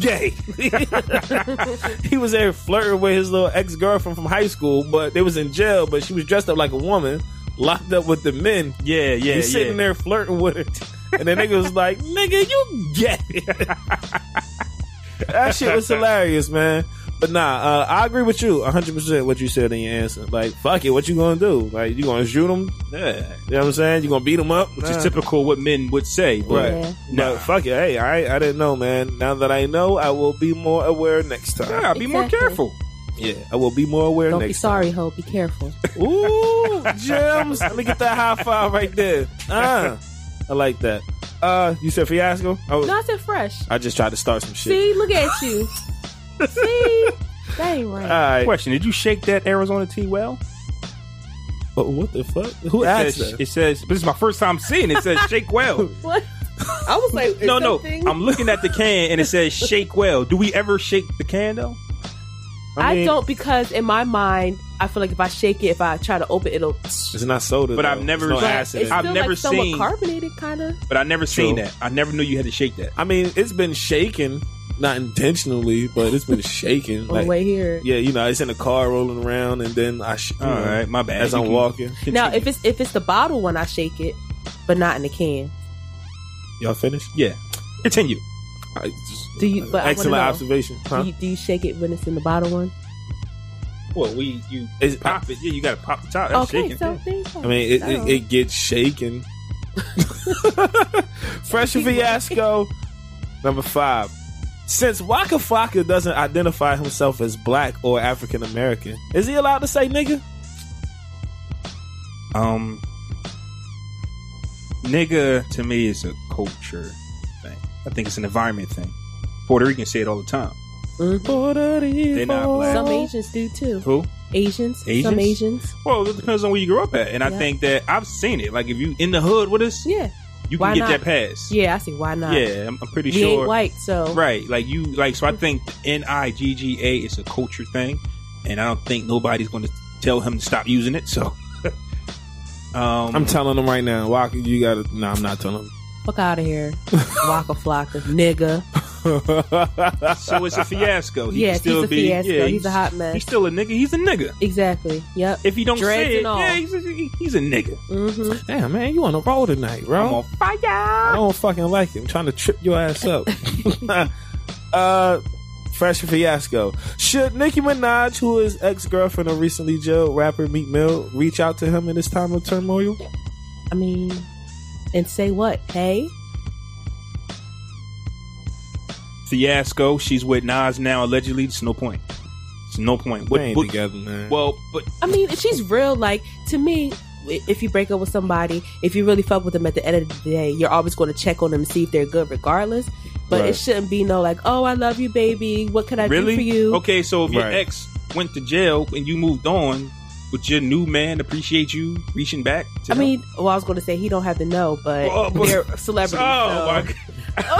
C: gay? he was there flirting with his little ex girlfriend from high school, but they was in jail. But she was dressed up like a woman, locked up with the men.
B: Yeah, yeah,
C: He's
B: yeah.
C: sitting there flirting with her, and the nigga was like, "Nigga, you gay." that shit was hilarious, man. But nah, uh, I agree with you 100 percent what you said in your answer. Like, fuck it, what you gonna do? Like, you gonna shoot him?
B: Yeah.
C: You know what I'm saying? You gonna beat him up?
B: Which is typical what men would say. But
C: Right.
E: Yeah.
B: Nah.
C: But fuck it, hey, I I didn't know, man. Now that I know, I will be more aware next time.
B: yeah, be more
E: Exactly.
B: careful.
C: Yeah, I will be more aware
E: Don't be
C: next.
E: sorry, Ho. Be careful.
C: time. Ooh, gems! Let me get that high five right there. Uh, I like that. Uh, you said fiasco? I was,
E: No, I said fresh.
C: I just tried to start some Ah, shit.
E: See, look at you. See, that ain't
C: All
E: right.
C: right.
B: Question: Did you shake that Arizona tea well?
C: But what the fuck? Who
B: It
C: asked
B: says,
C: that?
B: it says. This is my first time seeing. It It says shake well.
E: what? I was like,
B: no, no. I'm looking at the can and it says shake well. Do we ever shake the can though?
E: I,
C: mean,
E: don't because in my mind, I feel like if I shake it, if I try to open it, it'll.
C: It's not soda,
B: But I've
C: though.
B: never-
C: It's no
B: But
C: acid.
E: it's
C: in it.
E: still
B: I've never
E: like somewhat
B: seen-
E: carbonated, kind of.
B: But I never seen
C: True.
B: that. I never knew you had to shake that.
C: I mean, it's been shaken, not intentionally, but it's been shaken.
E: On the
C: like,
E: way here.
C: yeah, you know, it's in the car rolling around, and then I. Sh-
B: All right, my bad.
C: As I'm
B: You can
C: walking,
B: continue.
E: Now, if it's if it's the bottle one, I shake it, but not in the can.
C: y'all finished.
B: yeah, continue.
C: I just-
E: Do you- but I wanna
C: excellent
E: know.
C: observation, huh?
E: Do, you, do you shake it when it's in the bottle one?
B: Well, we you
C: It's-
B: pop it. Yeah, you got to pop the top. That's
E: okay,
B: shaking.
E: so there you go.
C: I mean, it, it, it gets shaken. Fresh fiasco number five. Since Waka Flocka doesn't identify himself as black or African American, is he allowed to say nigga?
B: Um, nigga to me is a culture thing. I think it's an environment thing. Puerto Ricans say it all the time.
E: Mhm.
C: They're
B: not black.
E: Some Asians do too.
B: Who?
E: Asians, some
B: Asians?
E: Asians,
B: Well, it depends on where you grew up at, and I
E: Yeah.
B: think that I've seen it. Like if you in the hood with us,
E: yeah,
B: you can
E: why
B: get
E: not?
B: that pass.
E: yeah. I see. Why not?
B: yeah, I'm, I'm pretty
E: we
B: sure.
E: ain't white, so
B: Right, like you, like so. I think N I G G A is a culture thing, and I don't think nobody's going to tell him to stop using it. So, um,
C: I'm telling them right now, Waka, you gotta. No, I'm not telling
E: fuck out of here, waka flocka, nigga.
C: them.
B: so it's a fiasco. He
E: Yes,
B: can still
E: he's a
B: be,
E: fiasco.
B: Yeah,
E: He's a hot mess.
B: He's still a nigga. He's a nigga.
E: Exactly. Yep.
B: If he don't
E: Dreads
B: say it,
E: and all.
B: yeah, he's a, he- he's a nigga.
E: hmm
C: Damn, man, you on a roll tonight, bro.
B: I'm on
C: I
B: fire.
C: don't fucking like it. I'm trying to trip your ass up. uh, fresh fiasco. Should Nicki Minaj, who is ex girlfriend of recently jailed rapper Meek Mill, reach out to him in this time of turmoil?
E: I mean, and say what? Hey,
B: Fiasco. She's with Nas now, allegedly. It's no point. It's no point.
C: We
B: What-
C: ain't
B: what-
C: together, man.
B: well, but
E: I mean, if she's real, like to me, if you break up with somebody, if you really fuck with them at the end of the day, you're always going to check on them and see if they're good, regardless. But
C: Right.
E: it shouldn't be no like, oh, I love you, baby. What can I
B: really?
E: do for you?
B: Okay, so if your
C: Right.
B: ex went to jail and you moved on, would your new man appreciate you reaching back? To
E: I mean, well, I was going to say he don't have to know, but
B: Oh, but-
E: they're
B: him?
E: celebrities.
B: oh my
E: so.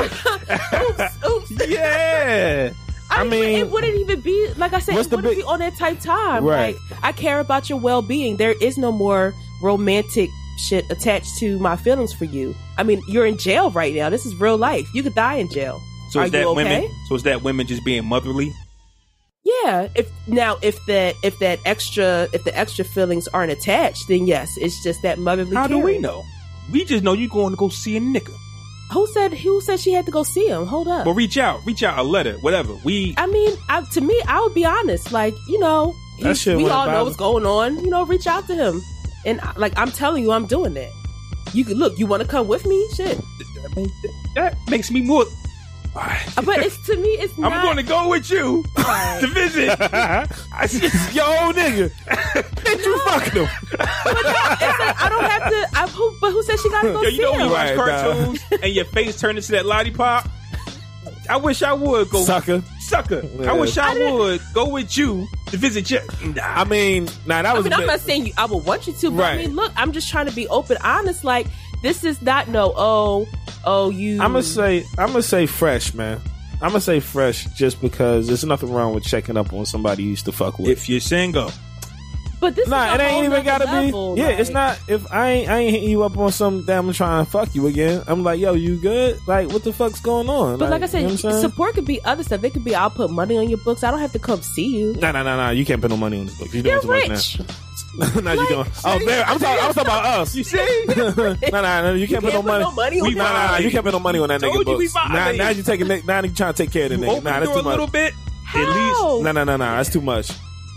B: God.
E: oops, oops.
C: yeah.
E: I,
C: I
E: mean,
C: mean-
E: it wouldn't even be like I said.
C: What's
E: It
C: the
E: wouldn't
C: big-
E: be on that type time.
C: Right.
E: Like I care about your well being. There is no more romantic shit attached to my feelings for you. I mean, you're in jail right now. This is real life. You could die in jail.
B: So
E: Are
B: is that
E: you okay?
B: women? So is that women just being motherly?
E: Yeah. If now if that if that extra if the extra feelings aren't attached, then yes, it's just that motherly.
B: How do we
E: caring.
B: know? We just know you going to go see a nigga.
E: Who said who said she had to go see him? Hold up.
B: But reach out, reach out a letter, whatever. We
E: I mean, I, to me, I would be honest. Like, you know,
C: That
E: he-
C: shit
E: we
C: went
E: all
C: viral.
E: know what's going on. You know, reach out to him, and like I'm telling you, I'm doing that. You could look. You want to come with me? Shit.
B: I mean, th- that makes me more.
E: Uh, But it's to me, it's not.
B: I'm going to go with you to visit. I just,
C: Yo, nigga. Bitch, you fucking him.
E: But no, it's like, I don't have to. I, who, but who said she got to go
B: yo,
E: see
B: you know when
E: him?
B: you watch
C: Right, nah.
B: cartoons and your face turned into that lollipop. I wish I would go
C: Sucker.
B: sucker.
C: Yeah.
B: I wish I,
E: I didn't-
B: would go with you to visit you.
C: I
B: Nah,
C: mean, nah, that
E: I
C: was
E: mean,
C: a
E: I'm
C: bit-
E: not saying you, I would want you to, but
C: Right.
E: I mean, look, I'm just trying to be open, honest. Like, this is not no, oh, oh, you.
C: I'm gonna say I'm gonna say fresh, man. I'm gonna say fresh just because there's nothing wrong with checking up on somebody you used to fuck with.
B: if you're single,
E: But this
C: nah,
E: is
C: it
E: a whole
C: ain't even gotta
E: nother level,
C: be. Yeah, it's
E: like-
C: not. If I ain't I ain't hitting you up on some damn trying to fuck you again, I'm like, yo, you good? Like, what the fuck's going on?
E: But like, I said,
C: you know what I'm saying?
E: support could be other stuff. It could be I'll put money on your books. I don't have to come see you.
C: Nah, nah, nah, nah. You can't put no money on this book. You
E: You're
C: doing too much
E: rich.
C: now. nah, you
E: Like,
C: doing. Oh, there. I'm talking. I'm talking about us.
B: you see,
C: nah, nah, nah. You can't, put, no money.
E: on
B: We
E: that.
C: Nah, nah, nah, you
B: violated.
C: can't put no money on that
B: Told
C: nigga
B: you we
C: books. Nah,
B: violated.
C: now you taking. Now you trying to take care of the nigga.
B: open
C: Nah,
B: the
C: that's
B: door a
C: too much.
B: little bit. At
E: How?
B: least
C: No, no, no, no. That's too much.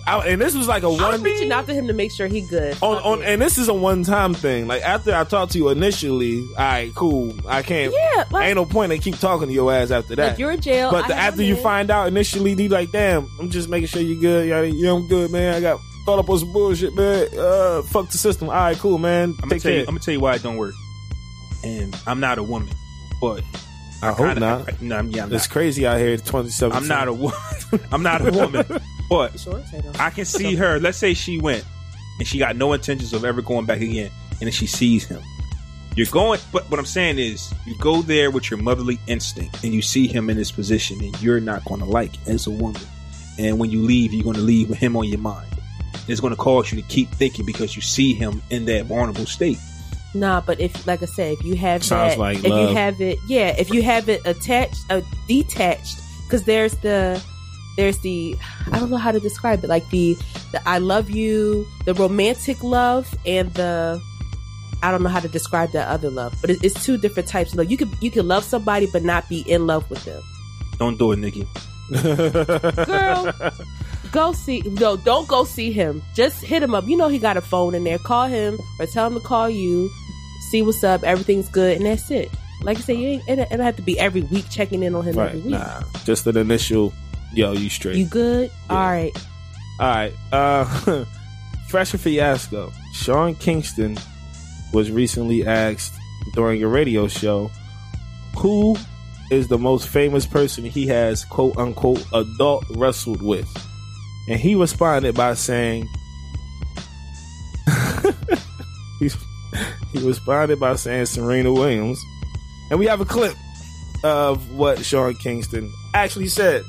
C: I, and this was like a
E: I'm
C: one
E: reaching out to him to make sure he good.
C: on
E: Fuck
C: on,
E: it.
C: and this is a one time thing. Like after I talked to you initially, all right, cool. I can't.
E: Yeah, like-
C: ain't no point in keep talking to your ass after that.
E: Like, you're in jail.
C: but
E: I
C: the,
E: have
C: after
E: a
C: you
E: man.
C: find out initially, you like, damn, I'm just making sure you're good. Yeah, yeah, I'm good, man. I got thought up on some bullshit, man. Uh, fuck the system. All right, cool, man.
B: I'm gonna
C: Take
B: tell you.
C: care.
B: I'm gonna tell you why it don't work. And I'm not a woman, but
C: I hope
B: kinda-
C: not.
B: I- no, I'm, yeah, I'm
C: It's
B: not.
C: crazy out here. 2017.
B: I'm not a woman. I'm not a woman, but
E: Sure, Tatum.
B: I can see her. Let's say she went and she got no intentions of ever going back again, and then she sees him. You're going, but what I'm saying is, you go there with your motherly instinct, and you see him in this position, and you're not going to like it as a woman. And when you leave, you're going to leave with him on your mind. It's going to cause you to keep thinking because you see him in that vulnerable state.
E: Nah, but if like I said, if you have
C: Sounds
E: that,
C: like
E: if
C: love.
E: you have it, yeah, if you have it attached, uh, detached, because there's the, there's the, I don't know how to describe it, like the, the I love you, the romantic love, and the, I don't know how to describe that other love, but it, it's two different types of love. You could you could love somebody but not be in love with them.
B: Don't do it, Nikki.
E: Girl, go see. No, don't go see him. Just hit him up. You know he got a phone in there. Call him or tell him to call you. See what's up. Everything's good, and that's it. Like I said, you ain't. It don't it don't have to be every week checking in on him every
C: right.
E: week.
C: Nah, just an initial. Yo, you straight.
E: You good? All right.
C: All right. Uh, Fresh and Fiasco. Sean Kingston was recently asked during a radio show who is the most famous person he has, quote unquote, adult wrestled with. And he responded by saying, he, he responded by saying Serena Williams. And we have a clip of what Sean Kingston actually said.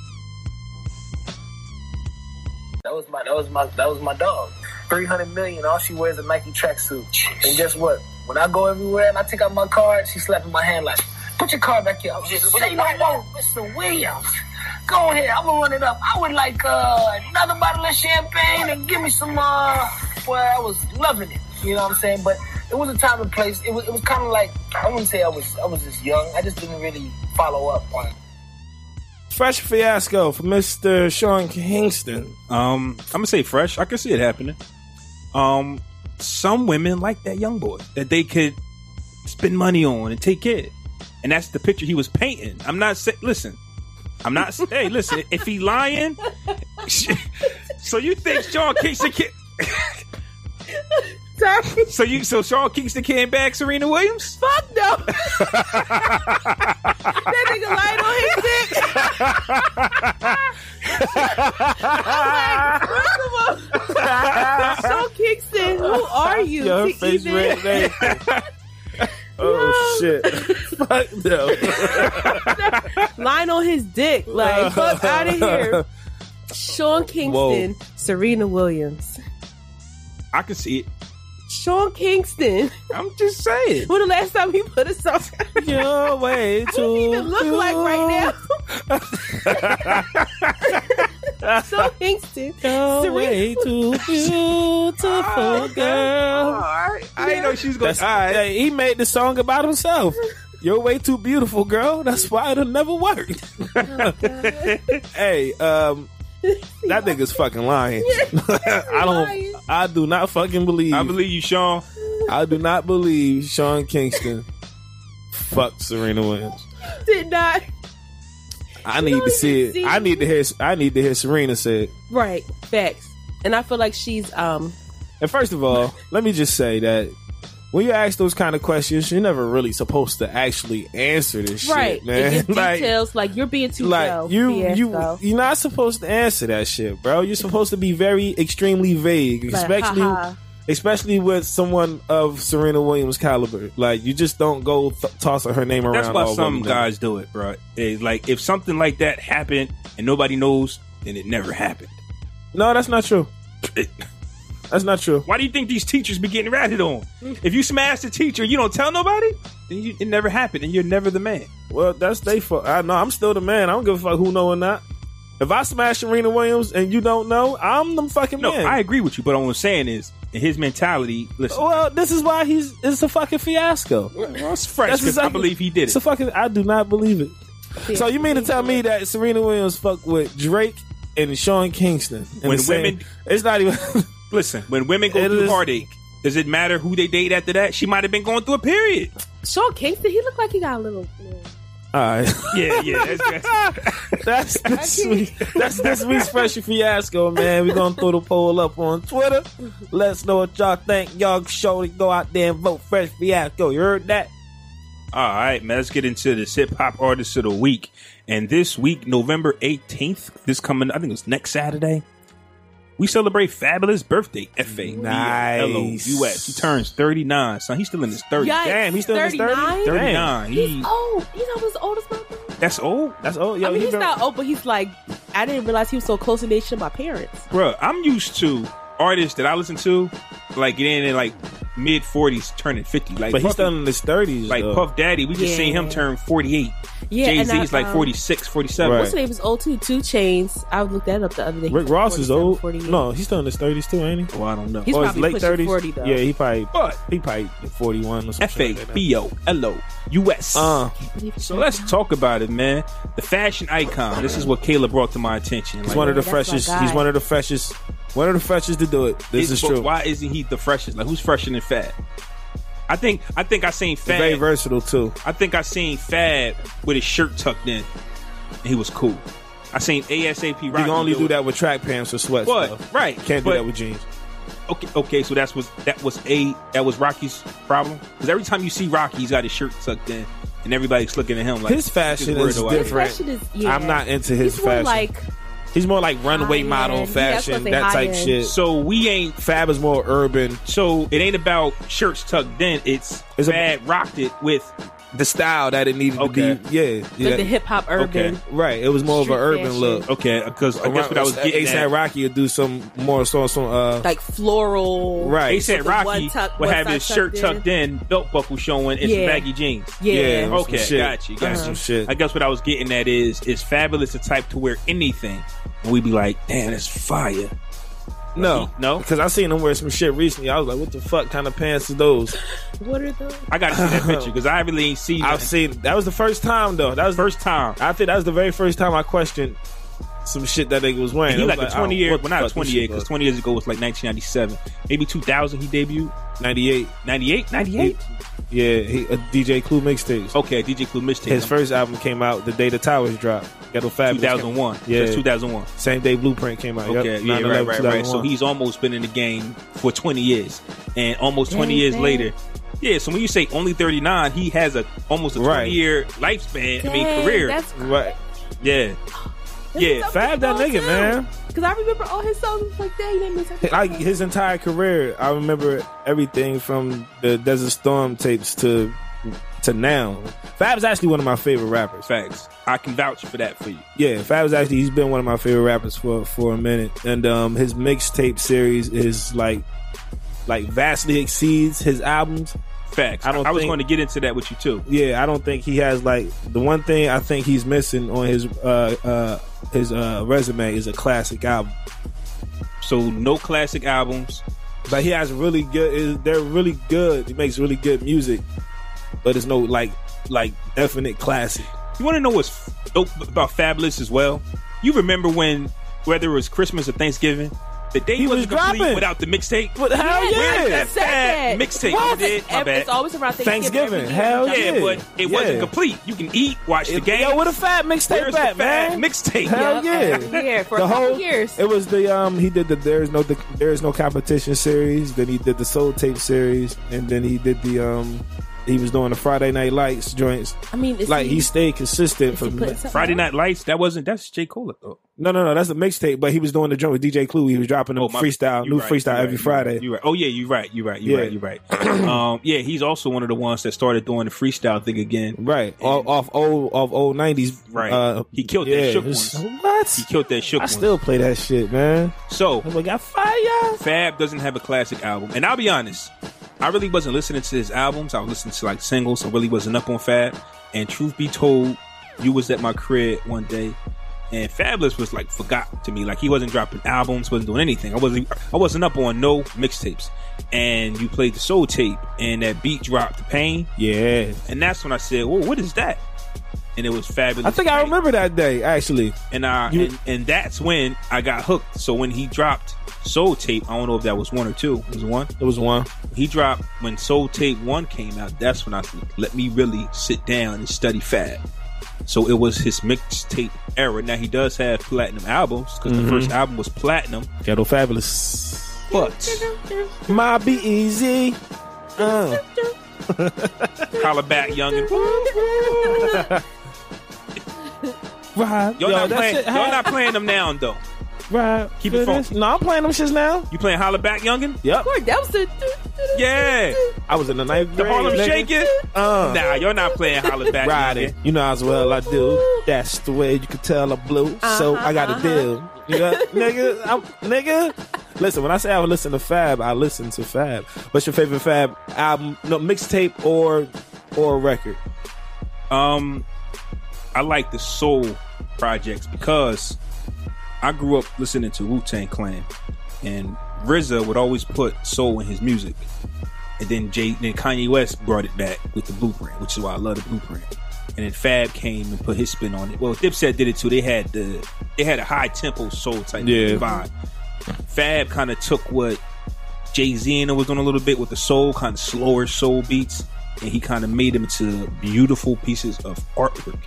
F: That was my that was my that was my dog. Three hundred million. All she wears is a Nike tracksuit. And guess what? When I go everywhere and I take out my card, she slapping my hand like, "Put your card back here." I'm just say no more, Mr. Williams. Go ahead. I'm gonna run it up. I would like uh, another bottle of champagne and give me some. Uh, well, I was loving it. You know what I'm saying? But it was a time and place. It was it was kind of like I wouldn't say I was I was just young. I just didn't really follow up on. it.
C: Fresh fiasco for Mr. Sean Kingston.
B: Um, I'm gonna say fresh. I can see it happening. Um, some women like that young boy that they could spend money on and take care, of. and that's the picture he was painting. I'm not saying. Listen, I'm not. hey, listen. If he lying, so you think Sean Kingston? Can,
E: Sorry.
B: so you so Sean Kingston came back Serena Williams?
E: Fuck no. that nigga lied on his dick. I'm like, first of all, Sean Kingston, who are you
C: Yo, her
E: to
C: face
E: even-
C: red. man. oh shit! Fuck no.
E: lying on his dick? Like, fuck out of here. Sean Kingston, Serena Williams.
B: I can see it.
E: Sean Kingston.
B: I'm just saying.
E: When the last time he put himself
C: Your way to
E: even look like right now. so Kingston,
C: Your
E: Serena, Oh,
C: way to beautiful girl.
B: I, I ain't know she was going.
C: That's,
B: to All right.
C: hey, he made the song about himself. You're way too beautiful, girl. That's why it'll never work.
E: Oh,
C: hey, um, that nigga's fucking lying. I
E: lying.
C: don't. I do not fucking believe.
B: I believe you, Sean.
C: I do not believe Sean Kingston. Fuck Serena Williams.
E: did not.
C: I need
E: don't
C: to see
E: even
C: it.
E: see
C: I
E: it.
C: need to hear. I need to hear Serena say it.
E: Right, facts. And I feel like she's um
C: And first of all, let me just say that when you ask those kind of questions, you're never really supposed to actually answer this
E: right.
C: shit, man.
E: It gives
C: like,
E: details like you're being too
C: like
E: slow,
C: you, you,
E: fiasco.
C: you're not supposed to answer that shit, bro. You're supposed to be very extremely vague,
E: Like,
C: especially,
E: haha.
C: especially with someone of Serena Williams' caliber. Like, you just don't go th- tossing her name around.
B: That's why
C: all
B: some
C: over the-
B: guys do it, bro. It's like if something like that happened and nobody knows, then it never happened.
C: No, that's not true. That's not true.
B: Why do you think these teachers be getting ratted on? If you smash the teacher, you don't tell nobody, then you, it never happened, and you're never the man.
C: Well, that's they fuck. I know. I'm still the man. I don't give a fuck who know or not. If I smash Serena Williams and you don't know, I'm the fucking
B: No,
C: man.
B: I agree with you, but what I'm saying is, in his mentality, listen,
C: well, this is why he's. It's a fucking fiasco.
B: well, it's fresh
C: That's
B: 'cause I
C: exactly-
B: believe he did
C: It's a
B: it.
C: fucking. I do not believe it. So you mean to tell me that Serena Williams fucked with Drake and Sean Kingston? in
B: When
C: the same-
B: women-
C: it's not even.
B: Listen, when women go
C: It
B: through
C: is-
B: heartache, does it matter who they date after that? She might have been going through a period.
E: Sean Kingston, he looked like he got a little. little-
C: All right,
B: Yeah, yeah, that's, that's,
C: that's this week. That's this week's fresh fiasco, man. We're gonna throw the poll up on Twitter. Let us know what y'all think. Y'all surely go out there and vote fresh fiasco. You heard that?
B: All right, man, let's get into this hip hop artist of the week. And this week, November 18th, this coming, I think it's next Saturday, we celebrate Fabulous birthday. F A B L O U S. He turns 39, son. He's still in his 30s.
E: Yikes,
C: Damn, he's still in his 30s?
E: 39?
B: 39. He,
E: He's old. He's almost old as my brother.
B: that's old.
C: That's oh, yo,
E: I mean,
C: he
E: he's
C: been-
E: not old, but he's like, I didn't realize he was so close in age to my parents.
B: Bruh, I'm used to artists that I listen to, like, getting in like mid 40s, turning 50. Like,
C: but he's
B: Puff-
C: still in his thirties.
B: like Puff Daddy, we just
E: Yeah.
B: seen him turn 48.
E: Yeah,
B: Jay
E: and
B: Z's
E: I,
B: like
E: um,
B: 46, 47.
C: Right.
E: What's his name was old too? Two Chains. I looked that up the other day.
C: Rick Ross is
E: 47,
C: old.
E: 48.
C: No, he's still in his thirties too, ain't he?
B: Well, I don't know.
E: He's
C: or his
E: probably
C: late
E: pushing
C: 30s.
E: 40 though.
C: Yeah, he probably
B: But-
C: he probably forty one or
B: F
C: something.
B: A B O L O U S.
C: Uh,
B: So let's talk about it, man. The fashion icon. This is what Kayla brought to my attention.
C: he's one of the
E: that's my
C: freshest.
E: guy.
C: He's one of the freshest. One of the freshest to do it. This
B: it's-
C: is
B: but
C: true.
B: Why isn't he the freshest? Like who's fresher than Fab? I think I think I seen
C: He's very
B: Fab.
C: versatile too.
B: I think I seen Fab with his shirt tucked in. And he was cool. I seen ASAP.
C: You
B: Rocky
C: can only do
B: it.
C: that with track pants or sweats.
B: But
C: though.
B: right,
C: Can't do
B: but-
C: that with jeans.
B: Okay, okay. So that's was that was a that was Rocky's problem. Because every time you see Rocky, he's got his shirt tucked in, and everybody's looking at him like
C: His fashion
B: this
C: is
B: weirdo out here.
E: His
C: different.
E: fashion is- yeah.
C: I'm not into his
E: He's more
C: fashion.
E: like
C: he's more like runway
E: High-end.
C: model
E: Yeah, that's what
C: fashion,
E: they
C: that type
E: high-end.
C: shit.
B: So we ain't
C: Fab is more urban.
B: So it ain't about shirts tucked in. It's,
C: It's a-
B: Fab rocked it with.
C: The style that it needed to
B: Okay.
C: be. Yeah, yeah.
E: like the hip hop urban.
C: right. It was more of an
E: Street
C: urban
E: fashion.
C: look.
B: Okay, because I guess what I was getting
C: ASAP
B: at.
C: Rocky would do some more so some uh
E: Like floral.
C: Right.
B: ASAP
E: With the
B: Rocky
E: one tuck-
B: would
E: one
B: have
E: side
B: his shirt
E: tucked
B: tucked in, belt buckle showing, and some
E: Yeah.
B: baggy jeans.
E: Yeah.
C: Yeah.
B: Okay,
C: Some shit.
B: got you, got
C: Uh-huh.
B: you.
C: Some shit.
B: I guess what I was getting at is, is fabulous the type to wear anything, and we'd be like, damn, that's fire.
C: no
B: No,
C: because I seen him wear some shit recently. I was like, what the fuck kind of pants are those?
E: What are those?
B: I gotta see that picture because I really ain't seen.
C: I've
B: that.
C: seen that was the first time though. That was the
B: first time.
C: I think that was the very first time I questioned some shit that nigga was wearing.
A: He
C: I was
A: like, a 20
C: oh,
A: year,
C: what the
A: well not
C: fuck
A: 20
C: this
A: year,
C: shit
A: because
C: was.
A: 20 years ago was like 1997, maybe 2000 he debuted,
C: 98.
A: 98, 98.
C: Yeah, he, a DJ Clue mixtapes.
A: Okay, DJ Clue mixtape.
C: His first album came out the day the Towers dropped. Ghetto Fabulous. came-
A: 2001.
C: Yeah.
A: Yeah, 2001.
C: Same day Blueprint came out.
A: Okay,
C: Yep.
A: yeah, right,
C: 9/11,
A: right, right. So
C: 2001.
A: he's almost been in the game for 20 years, and almost 20 years
E: Dang,
A: later, yeah. So when you say only 39, he has a almost a 20
C: Right.
A: year lifespan. I
E: Dang,
A: mean, career.
E: That's
C: right.
A: yeah, yeah.
C: Fab that nigga, man.
E: Because I remember all his songs. I was like, dang, that means I
C: I, his entire career, I remember everything from the Desert Storm tapes to to now. Fab's actually one of my favorite rappers.
A: Facts. I can vouch for that for you.
C: Yeah, Fab's actually he's been one of my favorite rappers for for a minute, and um, his mixtape series is like like vastly exceeds his albums.
A: Facts.
C: I
A: I,
C: don't
A: was
C: think-
A: going to get into that with you too.
C: Yeah, I don't think he has like the one thing I think he's missing on his uh uh his uh resume is a classic album.
A: So no classic albums.
C: But he has really good. is- They're really good. He makes really good music, but it's no like like definite classic.
A: You want to know what's dope about Fabulous as well? You remember when, whether it was Christmas or Thanksgiving, the day
C: He
A: wasn't
C: was
A: complete
C: dropping.
A: without the mixtape.
C: But hell yeah,
E: Yes, I
A: That's
E: said
A: bad.
E: that.
A: Mixtape,
E: Why
A: you
E: is it
A: did? My
E: ev-
A: bad.
E: It's always around Thanksgiving.
C: Thanksgiving,
E: every year.
C: hell
A: Yeah,
C: yeah.
A: but it wasn't
C: Yeah.
A: complete. You can eat, watch the game.
C: Yo, what a fat
A: Where's
C: mixtape
A: the
C: at,
A: fat
C: man?
A: mixtape?
C: Hell
E: Yeah,
C: yeah!
E: every year for a couple years.
C: It was the um he did the there is no the, there is no competition series. Then he did the soul tape series, and then he did the um he was doing the Friday Night Lights joints.
E: I mean, is
C: Like
E: he,
C: he stayed consistent
E: is
C: for
E: he putting something
A: Friday
E: out?
A: Night Lights. That wasn't. That's J Cole. though.
C: no no no that's the mixtape. But he was doing the joint with DJ Clue. He was dropping a
A: Oh, my-
C: freestyle
A: you
C: new
A: right, you
C: freestyle
A: right,
C: every
A: you
C: Friday.
A: Right, you right. Oh yeah, you're right. You're right. You're
C: Yeah.
A: right. You're right. um, yeah, he's also one of the ones that started doing the freestyle thing again.
C: Right. off, off old off old nineties. uh,
A: Right. He killed that shook ones.
C: What?
A: He killed that shook
C: I
A: one.
C: still play that shit, man.
A: so
C: I'm like, I fire.
A: Fab doesn't have a classic album, and I'll be honest, I really wasn't listening to his albums. I was listening to like singles. I really wasn't up on Fab. And truth be told, you was at my crib one day, and Fabulous was like forgot to me. Like he wasn't dropping albums, wasn't doing anything. I wasn't. I wasn't up on no mixtapes. And you played the Soul tape, and that beat dropped the pain,
C: Yeah.
A: and that's when I said, "Well, what is that?" And it was fabulous.
C: I think I
A: Pain.
C: remember that day actually.
A: And I
C: You-
A: and, and that's when I got hooked. So when he dropped Soul Tape, I don't know if that was one or two. It was one.
C: It was one.
A: He dropped when Soul Tape One came out. That's when I said, let me really sit down and study Fab. So it was his mixtape era. Now he does have platinum albums because the first album was platinum.
C: Ghetto Fabulous.
A: But
C: My be easy. Uh.
A: holla back, youngin.
C: Right.
A: Y'all,
C: Yo,
A: not
C: that
A: playing,
C: shit
A: y'all
C: had-
A: not playing them now though.
C: Right.
A: Keep it
C: Goodness.
A: funky.
C: No, I'm playing them shits now.
A: You playing holla back, youngin?
C: Yep.
E: Lord, that was the.
A: Yeah.
C: I was in the ninth
A: The
C: grade.
A: Harlem
C: nigga.
A: Shaking.
C: Uh.
A: Nah, you're not playing holla back.
C: Riding,
A: Youngin.
C: you know as well I do. That's the way you can tell I'm blue. so
E: Uh-huh,
C: I got a deal, you know, nigga. I'm, nigga, listen. When I say I would listen to Fab, I listen to Fab. What's your favorite Fab album? No mixtape or or record?
A: Um, I like the soul projects because I grew up listening to Wu Tang Clan, and RZA would always put soul in his music, and then Jay, then Kanye West brought it back with the Blueprint, which is why I love the Blueprint. And then Fab came and put his spin on it. Well, Dipset did it too. They had the they had a high tempo soul type
C: Yeah.
A: vibe. Fab kind of took what Jay Z and was doing a little bit with the soul, kind of slower soul beats, and he kind of made them into beautiful pieces of artwork.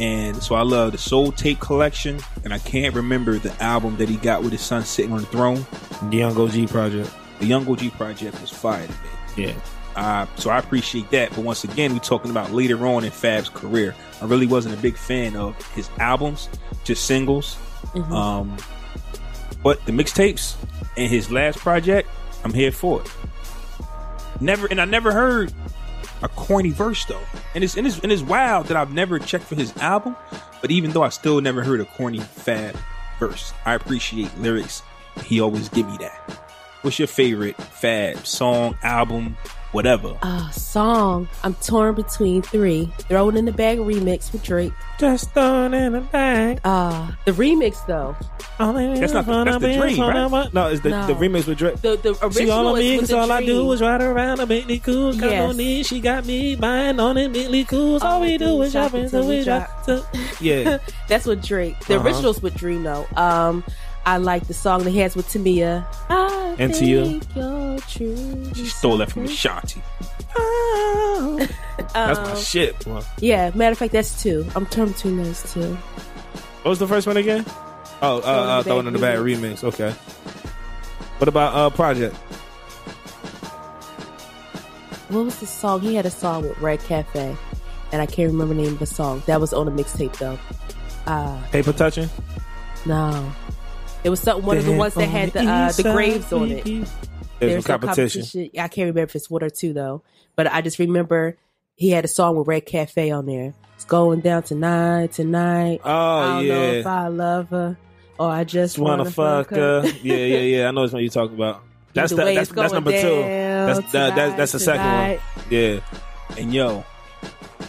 A: And so I love the soul tape collection, and I can't remember the album that he got with his son sitting on the throne.
C: The Young OG project.
A: The Young OG project was fire to me.
C: Yeah,
A: Uh, so I appreciate that. But once again, we're talking about later on in Fab's career. I really wasn't a big fan of his albums, just singles. Um, but the mixtapes and his last project, I'm here for it. Never, and I never heard a corny verse though. And it's and it's and it's wild that I've never checked for his album. But even though I still never heard a corny Fab verse, I appreciate lyrics. He always give me that. What's your favorite Fab song, album, whatever.
E: Uh, song. I'm torn between three. Thrown in the bag remix with Drake.
C: Just thrown in the bag.
E: Uh, the remix though.
C: That's
A: not the- that's the dream, right?
C: No, it's the,
E: No.
C: the remix with Drake.
E: The the original
C: She all on
E: is
C: me
E: with
C: because
E: the
C: all I do
E: dream.
C: is ride around and make me cool. Come
E: Yes.
C: on in, she got me buying on it, Bentley cool. All we do is
E: shop
C: shopping,
E: until
C: so
E: we
C: we
E: drop.
C: drop. to- Yeah,
E: That's with Drake. The
C: Uh-huh.
E: originals with Dream though. Um, I like the song that he has with Tamia. I
C: And Tia.
E: think you're true.
A: She stole that from Ashanti.
E: Oh.
C: that's my shit. bro. What
E: Yeah, matter of fact, that's two. I'm torn between those two.
C: was the first one again? Oh, uh, uh, throwing in the bag remix. Okay. What about uh project?
E: What was the song? He had a song with Red Cafe, and I can't remember the name of the song. That was on a mixtape though. Uh,
C: Paper touching.
E: no, it was something. One of the ones that had the uh, the graves on it.
C: There's,
E: There's
C: no
E: no
C: competition.
E: I can't remember if it's one or two though, but I just remember he had a song with Red Cafe on there. It's going down tonight, tonight.
C: Oh
E: I don't know
C: yeah,
E: if I love her or I just
C: just wanna fuck her. yeah, yeah, yeah. I know which one you talking about. That's
E: Either
C: the,
E: way,
C: that's,
E: it's
C: that's
E: going
C: number two.
E: down
C: That's that, that's
E: tonight,
C: that's the second
E: tonight.
C: one. Yeah.
A: And yo,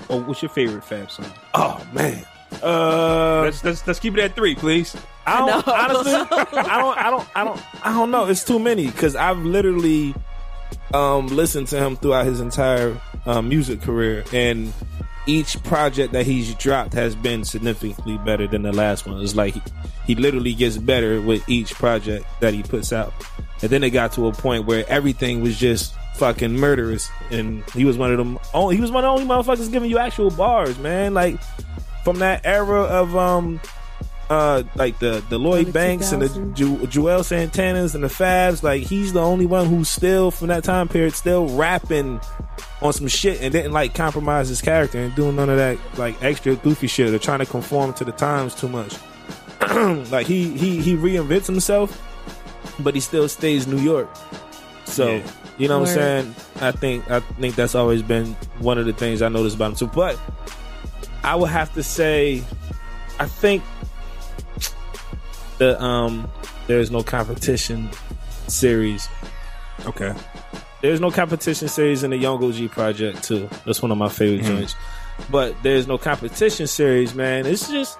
A: oh, what's your favorite Fab song?
C: Oh man. Uh,
A: Let's let's, let's keep it at three, please.
C: I don't
E: No.
C: honestly. I don't. I don't. I don't. I don't know. It's too many because I've literally um, listened to him throughout his entire um, music career, and each project that he's dropped has been significantly better than the last one. It's like he, he literally gets better with each project that he puts out, and then it got to a point where everything was just fucking murderous, and he was one of them. Only, he was one of the only motherfuckers giving you actual bars, man. Like from that era of um uh like the the Lloyd
E: Early
C: Banks and the
E: 2000s.
C: Ju- Joel Santanas and the Fabs like he's the only one who's still from that time period still rapping on some shit and didn't like compromise his character and doing none of that like extra goofy shit or trying to conform to the times too much like he he he reinvents himself but he still stays New York so
A: Yeah.
C: you know what I'm
E: Word.
C: saying I think I think that's always been one of the things I noticed about him too but I would have to say, I think the um there is no competition series.
A: Okay.
C: There's no competition series in the Young OG project too. That's one of my favorite
A: Mm-hmm.
C: joints. But there's no competition series, man. It's just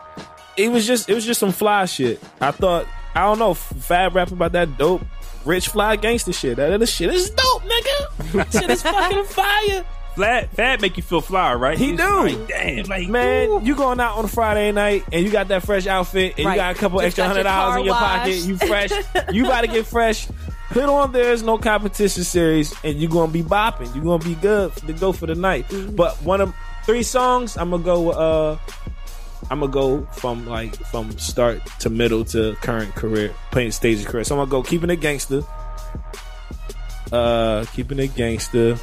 C: it was just it was just some fly shit. I thought I don't know Fab rapping about that dope rich fly gangster shit. That other shit is dope, nigga. shit is fucking fire.
A: Fab Fab make you feel fly, right?
C: He
A: It's
C: do.
A: Like, damn, like
C: Man, you going out on a Friday night and you got that fresh outfit and
E: Right.
C: you got a couple
E: Just
C: extra
E: got
C: hundred
E: your
C: dollars
E: car
C: in your pocket.
E: washed.
C: You fresh. you about to get fresh. Put on there's no competition series and you're gonna be bopping. You're gonna be good to go for the night.
E: Mm-hmm.
C: But one of three songs, I'm gonna go. uh I'm gonna go from like from start to middle to current career playing stage career. So I'm gonna go keeping it gangster. Uh, keeping it gangster.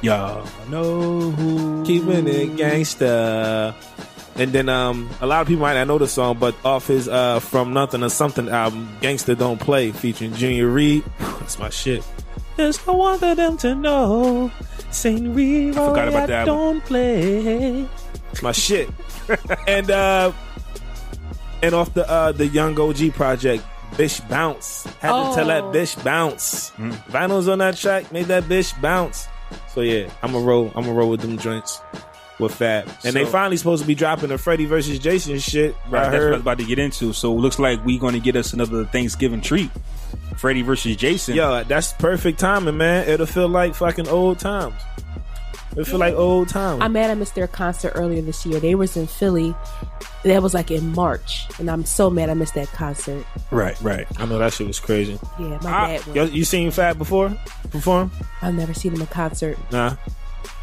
A: y'all know who.
C: Keeping it gangsta. And then um, a lot of people might not know the song, but off his uh, From Nothing or Something album, Gangsta Don't Play, featuring Junior Reed. That's my shit. There's no one for them to know. Saint Reed, I
A: forgot about that album.
C: don't play. It's my shit. and uh, and off the uh, the Young OG project, Bish Bounce. Had to tell that
E: Oh.
C: bitch bounce. Vinyls on that track made that bitch bounce. So yeah, I'm a roll. I'm a roll with them joints with Fab, and they
A: So-
C: finally supposed to be dropping the Freddy versus Jason shit.
A: Right,
C: I
A: that's what I was
C: heard.
A: about to get into. So it looks like we're going to get us another Thanksgiving treat. Freddy versus Jason.
C: Yo, that's perfect timing, man. It'll feel like fucking old times. It'll feel like old times.
E: I'm mad I missed their concert earlier this year. They was in Philly. That was like in March, and I'm so mad I missed that concert.
A: Right, right.
C: I know that shit was crazy.
A: I-
E: Yeah, my bad. One.
C: Ah, Yo, you seen Fab before perform?
E: I've never seen him in concert.
C: Nah.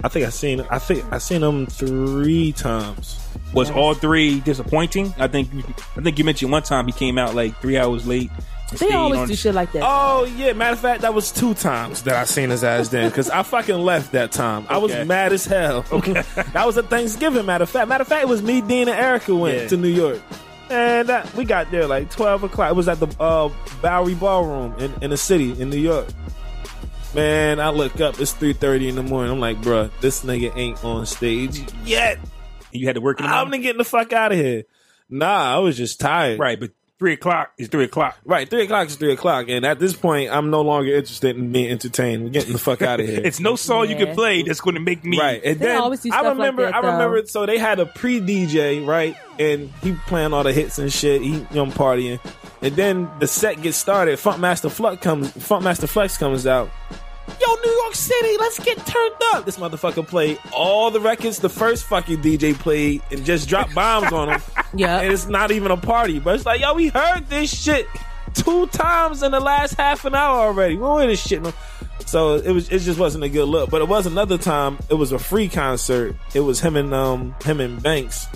C: I think I seen. I think I seen him three times.
A: Was all three disappointing? I think you, I think you mentioned one time he came out like three hours late. and
E: They
A: stayed
E: always
A: on-
E: do shit like that.
C: Oh yeah, matter of fact, that was two times that I seen his ass then because I fucking left that time. I was
A: Okay.
C: mad as hell. Okay, that was a Thanksgiving. Matter of fact, matter of fact, it was me, Dean, and Erica went
A: Yeah.
C: to New York, and uh, we got there like twelve o'clock. It was at the uh, Bowery Ballroom in, in the city in New York. Man, I look up. It's three thirty in the morning. I'm like, bruh, this nigga ain't on stage yet.
A: And you had to work in the
C: I'm
A: morning?
C: gonna get the fuck out of here. Nah, I was just tired.
A: Right, but Three o'clock is three o'clock.
C: Right, three o'clock is three o'clock, and at this point, I'm no longer interested in being entertained. We're getting the fuck out of here.
A: It's no song you can play that's going to make me.
C: right, and
E: They
C: then
E: always do
C: I
E: stuff like
C: remember,
E: that,
C: I
E: though.
C: remember. So they had a pre DJ, right, and he playing all the hits and shit. He, you know, partying, and then the set gets started. Funkmaster Flux comes, Funkmaster Flex comes out. Yo, New York City, let's get turned up. This motherfucker played all the records the first fucking DJ played and just dropped bombs on him.
E: Yeah.
C: And it's not even a party, but it's like, yo, we heard this shit two times in the last half an hour already. We don't hear this shit. No. So it was it just wasn't a good look. But it was another time, it was a free concert. It was him and um him and Banks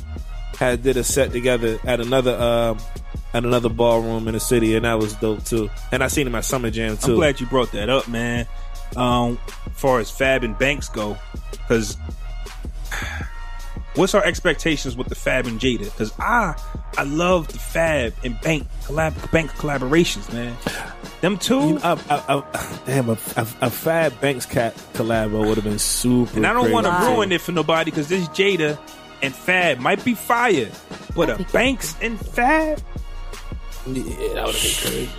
C: had did a set together at another um at another ballroom in the city and that was dope too. And I seen him at Summer Jam too.
A: I'm glad you brought that up, man. Um, far as Fab and Banks go, because what's our expectations with the Fab and Jada? Because I, I love the Fab and Bank collab, Bank collaborations, man. Them two,
C: You know, I, I, I, damn, a, a, a Fab Banks cat collabo would have been super.
A: and I don't want to
E: Wow.
A: ruin it for nobody because this Jada and Fab might be fire, but a Banks and Fab,
C: Yeah, that would have been crazy.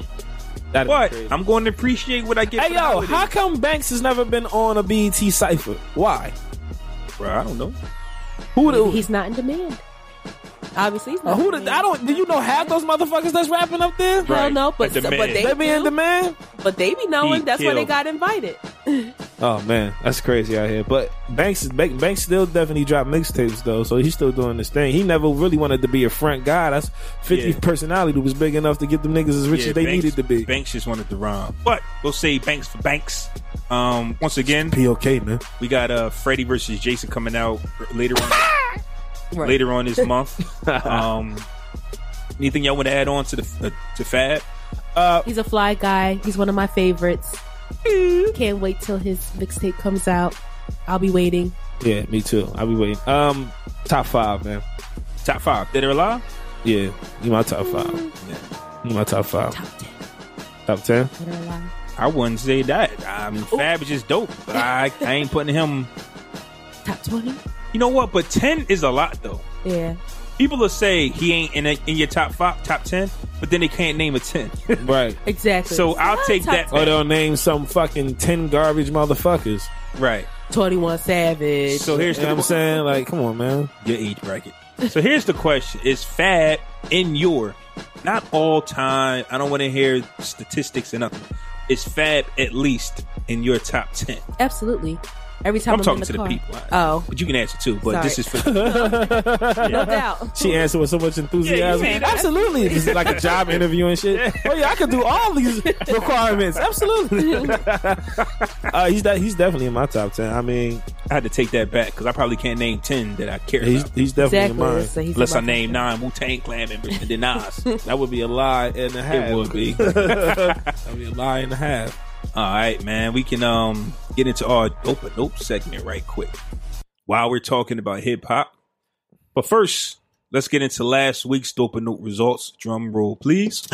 C: That'd be
A: what?
C: crazy.
A: I'm going to appreciate what I get.
C: Hey
A: for
C: yo,
A: the
C: how
A: holidays.
C: come Banks has never been on a BET cipher? Why?
A: Bruh, I don't know.
C: Who the
E: He's not in demand. Obviously, he's
C: uh,
E: not.
C: who
E: in
C: the, I
E: demand.
C: don't do you know half those motherfuckers that's rapping up there?
E: Hell
A: Right.
E: no, but
A: A demand.
E: but they,
C: They be in
E: do.
C: demand.
E: but they be knowing
A: He
E: that's why they
A: killed.
E: got invited.
C: Oh man, that's crazy out here. But Banks, Bank- Banks still definitely dropped mixtapes though, so he's still doing this thing. He never really wanted to be a front guy. That's fifty
A: Yeah.
C: personality was big enough to get them niggas as rich as they
A: Banks-
C: needed to be.
A: Banks just wanted to rhyme, but we'll say Banks for Banks. Um, once again,
C: POK man.
A: we got uh Freddy versus Jason coming out later on later on this month. um, anything y'all want to add on to the uh, to Fab?
C: Uh,
E: He's a fly guy. He's one of my favorites.
C: Mm-hmm.
E: Can't wait till his mixtape comes out. I'll be waiting.
C: Yeah, me too. I'll be waiting. Um, top five, man.
A: Top five, dead or alive?
C: Yeah, you my top five. You my top five.
E: Top ten.
C: Top ten.
E: I don't lie.
A: I wouldn't say that. I mean, Fab is just dope, but I, I ain't putting him.
E: Top twenty.
A: You know what? But ten is a lot though.
E: Yeah.
A: People will say he ain't in a, in your top five, top ten, but then they can't name a ten.
C: Right.
E: Exactly.
A: So I'll
E: Not
A: take
E: top
A: that.
C: Or they'll name some fucking ten garbage motherfuckers.
A: right.
E: 21 Savage.
A: So here's
C: You know
A: the
C: what I'm saying? Like, come on, man.
A: your age bracket. So here's the question: Is Fab in your not all time? I don't want to hear statistics and nothing. Is Fab at least in your top ten?
E: Absolutely. Every time
A: I'm
E: I'm,
A: talking
E: in
A: to
E: the car.
A: the people.
E: Oh,
A: but you can answer too. But this is for
E: no doubt.
C: She answered with so much enthusiasm.
A: Yeah, you made that.
C: Absolutely. This is like a job interview and shit. Oh yeah, I could do all these requirements. Absolutely. uh, he's de- he's definitely in my top ten. I mean,
A: I had to take that back because I probably can't name ten that I care
C: he's
A: about.
C: he's definitely
E: Exactly.
C: in mine.
E: So he's
A: Unless I
E: about-
A: name nine Wu Tang Clan members and then Nas, it
C: That would be a lie and a half.
A: would be.
C: That'd be a lie and a half.
A: All right, man. We can um get into our dope or nope segment right quick while we're talking about hip hop. But first, let's get into last week's dope or nope results. Drum roll, please.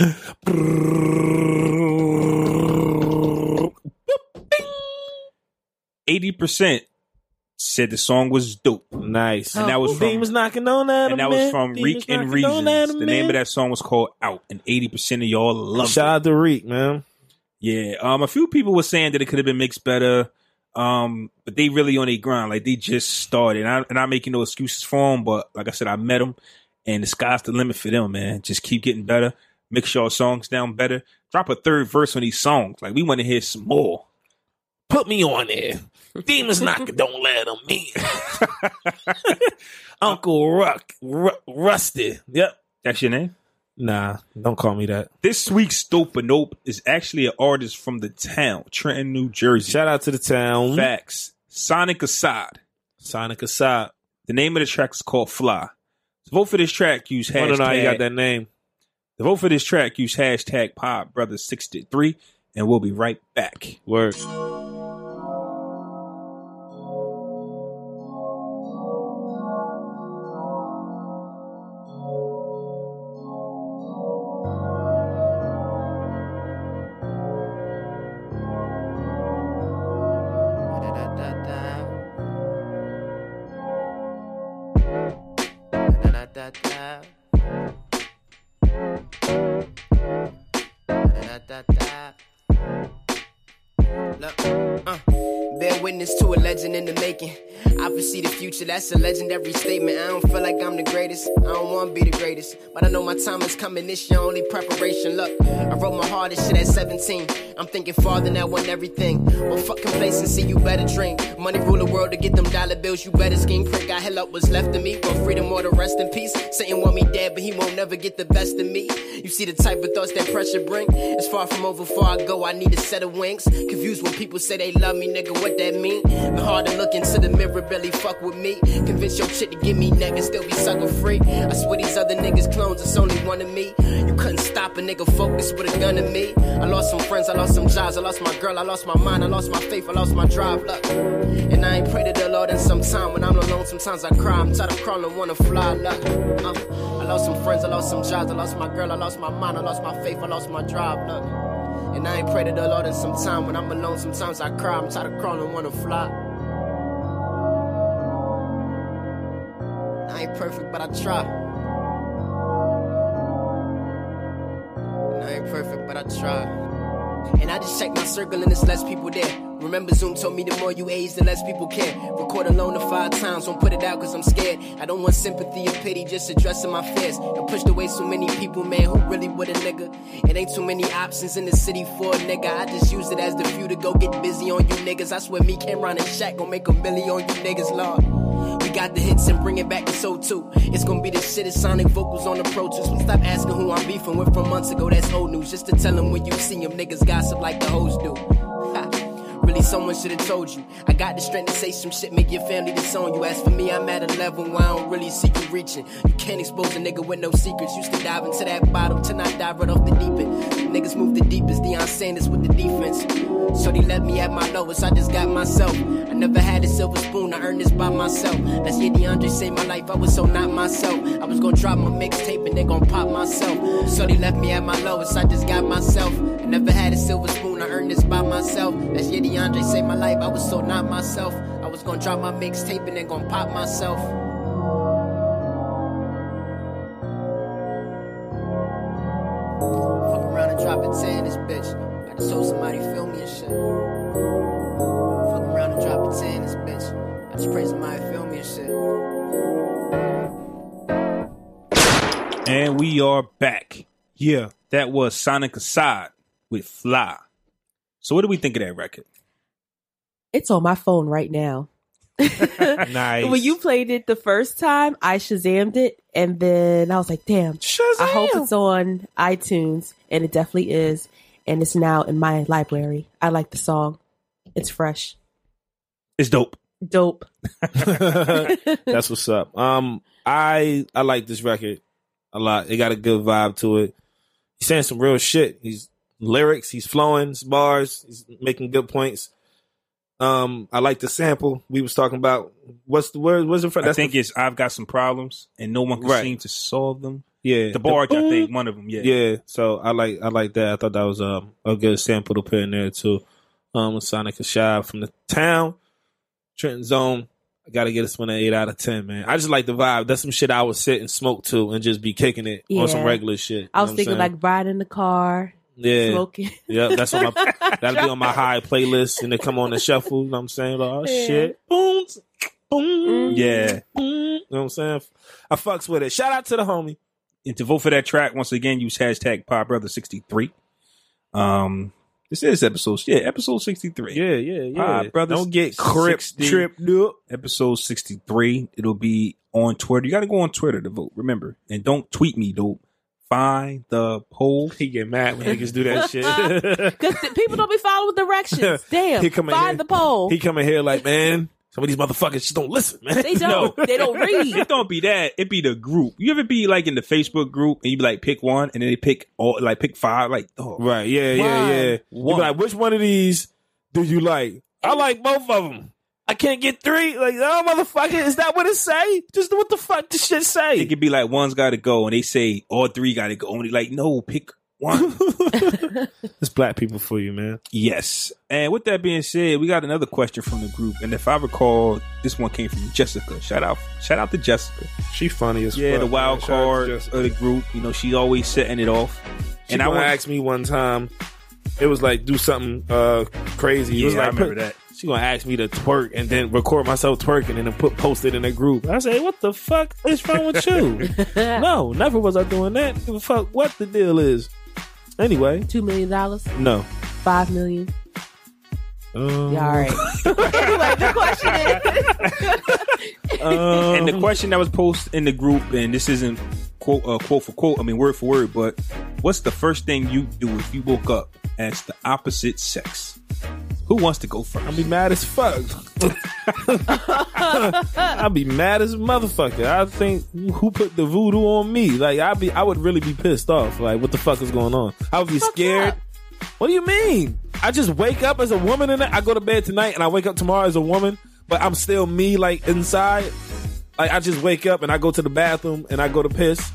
A: Eighty percent said the song was dope, and
C: Nice.
E: Oh.
A: that was from
C: Demons knocking on at
A: and that
C: him,
A: was
C: man.
A: from
C: Demons
A: Reek and
C: knocking
A: Reasons.
C: on at him,
A: The name of
C: man.
A: that song was called Out, and eighty percent of y'all loved it.
C: Shout out to Reek, man.
A: Yeah. Um, a few people were saying that it could have been mixed better. Um, but they really on their grind. Like they just started. And I, and I'm making no excuses for them. But like I said, I met them and the sky's the limit for them, man. Just keep getting better. Mix your songs down better. Drop a third verse on these songs. Like we want to hear some more.
C: Put me on there. Demons knocking, don't let him in. Uncle Ruck, Ru- Rusty. Yep.
A: That's your name?
C: Nah, don't call me that.
A: This week's Dope or Nope is actually an artist from the town, Trenton, New Jersey.
C: Shout out to the town.
A: Facts. Sonic Assad.
C: Hmm? Sonic Assad.
A: The name of the track is called Fly. To vote for this track, use
C: I
A: hashtag.
C: don't know how you got that name.
A: To vote for this track, use hashtag PodBrothers63, and we'll be right back.
C: Word.
G: Da-da-da-da. da da. Look, uh, bear witness to a legend in the making. I foresee the future, that's a legendary statement. I don't feel like I'm the greatest, I don't wanna be the greatest. But I know my time is coming, this your only preparation. Look, I wrote my hardest shit at 17. I'm thinking farther now, want everything. Well, fuck complacency, you better drink. Money rule the world to get them dollar bills, you better scheme. Prick, I hell up what's left of me. Want freedom or the rest in peace. Satan want me dead, but he won't never get the best of me. You see the type of thoughts that pressure bring. It's far from over, far I go, I need a set of wings. Confused when people say they love me, nigga, what that mean? The harder look into the mirror, really fuck with me. Convince your shit to give me neck and still be sucker free. I swear these other niggas clones, it's only one of me. You couldn't stop a nigga focus with a gun at me. I lost some friends, I lost some jobs, I lost my girl, I lost my mind, I lost my faith, I lost my drive. Look, and I ain't pray to the Lord in some time. When I'm alone, sometimes I cry. I'm tired of crawling, wanna fly. Look, uh, I lost some friends, I lost some jobs, I lost my girl, I lost my mind, I lost my faith, I lost my drive. Look, and I ain't pray to the Lord in some time. When I'm alone, sometimes I cry. I'm tired of crawling, wanna fly. I ain't perfect, but I try. And I ain't perfect, but I try. And I just check my circle and it's less people there. Remember, Zoom told me the more you age, the less people care. Record alone to five times, don't put it out cause I'm scared. I don't want sympathy or pity, just addressing my fears. I pushed away so many people, man, who really with a nigga? It ain't too many options in the city for a nigga. I just use it as the few to go get busy on you niggas. I swear, me, Cameron, and Shaq gon' make a million on you niggas, Lord. We got the hits and bring it back to Soul 2. It's gonna be the shit, it's sonic vocals on the Pro Tools. We stop asking who I'm beefing with from months ago, that's old news. Just to tell them when you see them, niggas gossip like the hoes do. Ha. Really, someone should have told you. I got the strength to say some shit, make your family disown you. As for me, I'm at a level where I don't really see you reaching. You can't expose a nigga with no secrets. Used to dive into that bottom, to not dive right off the deep end. Niggas move the deepest, Deion Sanders with the defense. So they left me at my lowest, I just got myself. I never had a silver spoon, I earned this by myself. Let's get DeAndre saved my life, I was so not myself. I was gonna drop my mixtape and they gon' pop myself. So they left me at my lowest, I just got myself. I never had a silver spoon, I earned this by myself. Let's get DeAndre saved my life, I was so not myself. I was gonna drop my mixtape and then gon' pop myself. Fuck around and drop a 10 in this bitch. I just hope somebody feel me and shit. Fuck around and drop a 10 in this bitch. I just pray somebody feel me and shit.
A: And we are back.
C: Yeah.
A: That was Sonic Assad with Fly. So what do we think of that record?
E: It's on my phone right now.
C: Nice.
E: When you played it the first time, I Shazammed it, and then I was like, damn, I hope it's on iTunes, and it definitely is. And it's now in my library. I like the song. It's fresh.
A: It's dope.
E: Dope.
C: That's what's up. Um, I I like this record a lot. It got a good vibe to it. He's saying some real shit. He's lyrics. He's flowing. It's bars. He's making good points. Um, I like the sample we was talking about. What's the word? What's the front?
A: I think it's I've got some problems and no one can
C: Right.
A: seem to solve them.
C: yeah.
A: The barge, I think, one of them. Yeah.
C: Yeah, so I like I like that. I thought that was um, a good sample to put in there too. Um, with Sonic Ashab from the town, Trenton Zone. I gotta get this one an eight out of ten, man. I just like the vibe. That's some shit I would sit and smoke to and just be kicking it on some
E: Yeah.
C: regular shit. You
E: I
C: know what
E: was
C: I'm
E: thinking
C: saying?
E: like riding in the car,
C: yeah,
E: smoking.
C: yeah. That's on my that'll be on my high playlist and they come on the shuffle. You know what I'm saying? Like, oh
E: Yeah.
C: shit, boom, boom,
E: Mm.
A: Yeah.
C: boom. You know what I'm saying? I fucks with it. Shout out to the homie.
A: And to vote for that track, once again, use hashtag PodBrother63. Um, this is episode, yeah, episode 63.
C: Yeah, yeah, yeah.
A: Ah, brothers,
C: Don't get crip
A: 60.
C: tripped up.
A: Episode 63. It'll be on Twitter. You got to go on Twitter to vote, remember. And don't tweet me, dope. Find the poll.
C: He get mad when niggas do that shit.
E: Because people don't be following directions. Damn.
C: He come in here.
E: Find the poll.
C: he coming here like, man, some of these motherfuckers just don't listen, man.
E: they don't. They don't read.
A: It don't be that. It be the group. You ever be like in the Facebook group and you be like, pick one, and then they pick all, like, pick five. Like, oh,
C: Right? Yeah, yeah, yeah. You be
A: One.
C: like, which one of these do you like? I like both of them. I can't get three. Like, oh motherfucker, is that what it say? Just what the fuck does shit say?
A: it could be like one's got to go, and they say all three got to go. Only like, no, pick one.
C: it's black people for you, man.
A: yes. And with that being said, we got another question from the group, and if I recall, this one came from Jessica. Shout out, shout out to Jessica.
C: She funny as
A: Yeah,
C: fuck.
A: the wild
C: man. Shout out to
A: card
C: Jessica.
A: of the group. You know, she's always setting it off.
C: She
A: and I
C: gonna
A: want
C: asked me one time It was like do something uh, crazy. It was
A: Yeah, I
C: like,
A: remember that.
C: She gonna ask me to twerk and then record myself twerking and then put post it in a group. I say, what the fuck is wrong with you? no, never was I doing that. Give a fuck what the deal is. Anyway,
E: Two million dollars,
C: no.
E: five million.
C: Um,
E: Yeah, all right. like the question is,
A: and the question that was posted in the group, and this isn't quote uh, quote for quote, I mean word for word, but what's the first thing you do if you woke up as the opposite sex? Who wants to go first?
C: I'd be mad as fuck. I'd be mad as a motherfucker. I think who put the voodoo on me? Like I'd be, I would really be pissed off. Like what the fuck is going on? I would be scared.
E: up.
C: What do you mean? I just wake up as a woman and I go to bed tonight and I wake up tomorrow as a woman, but I'm still me. Like inside, like I just wake up and I go to the bathroom and I go to piss.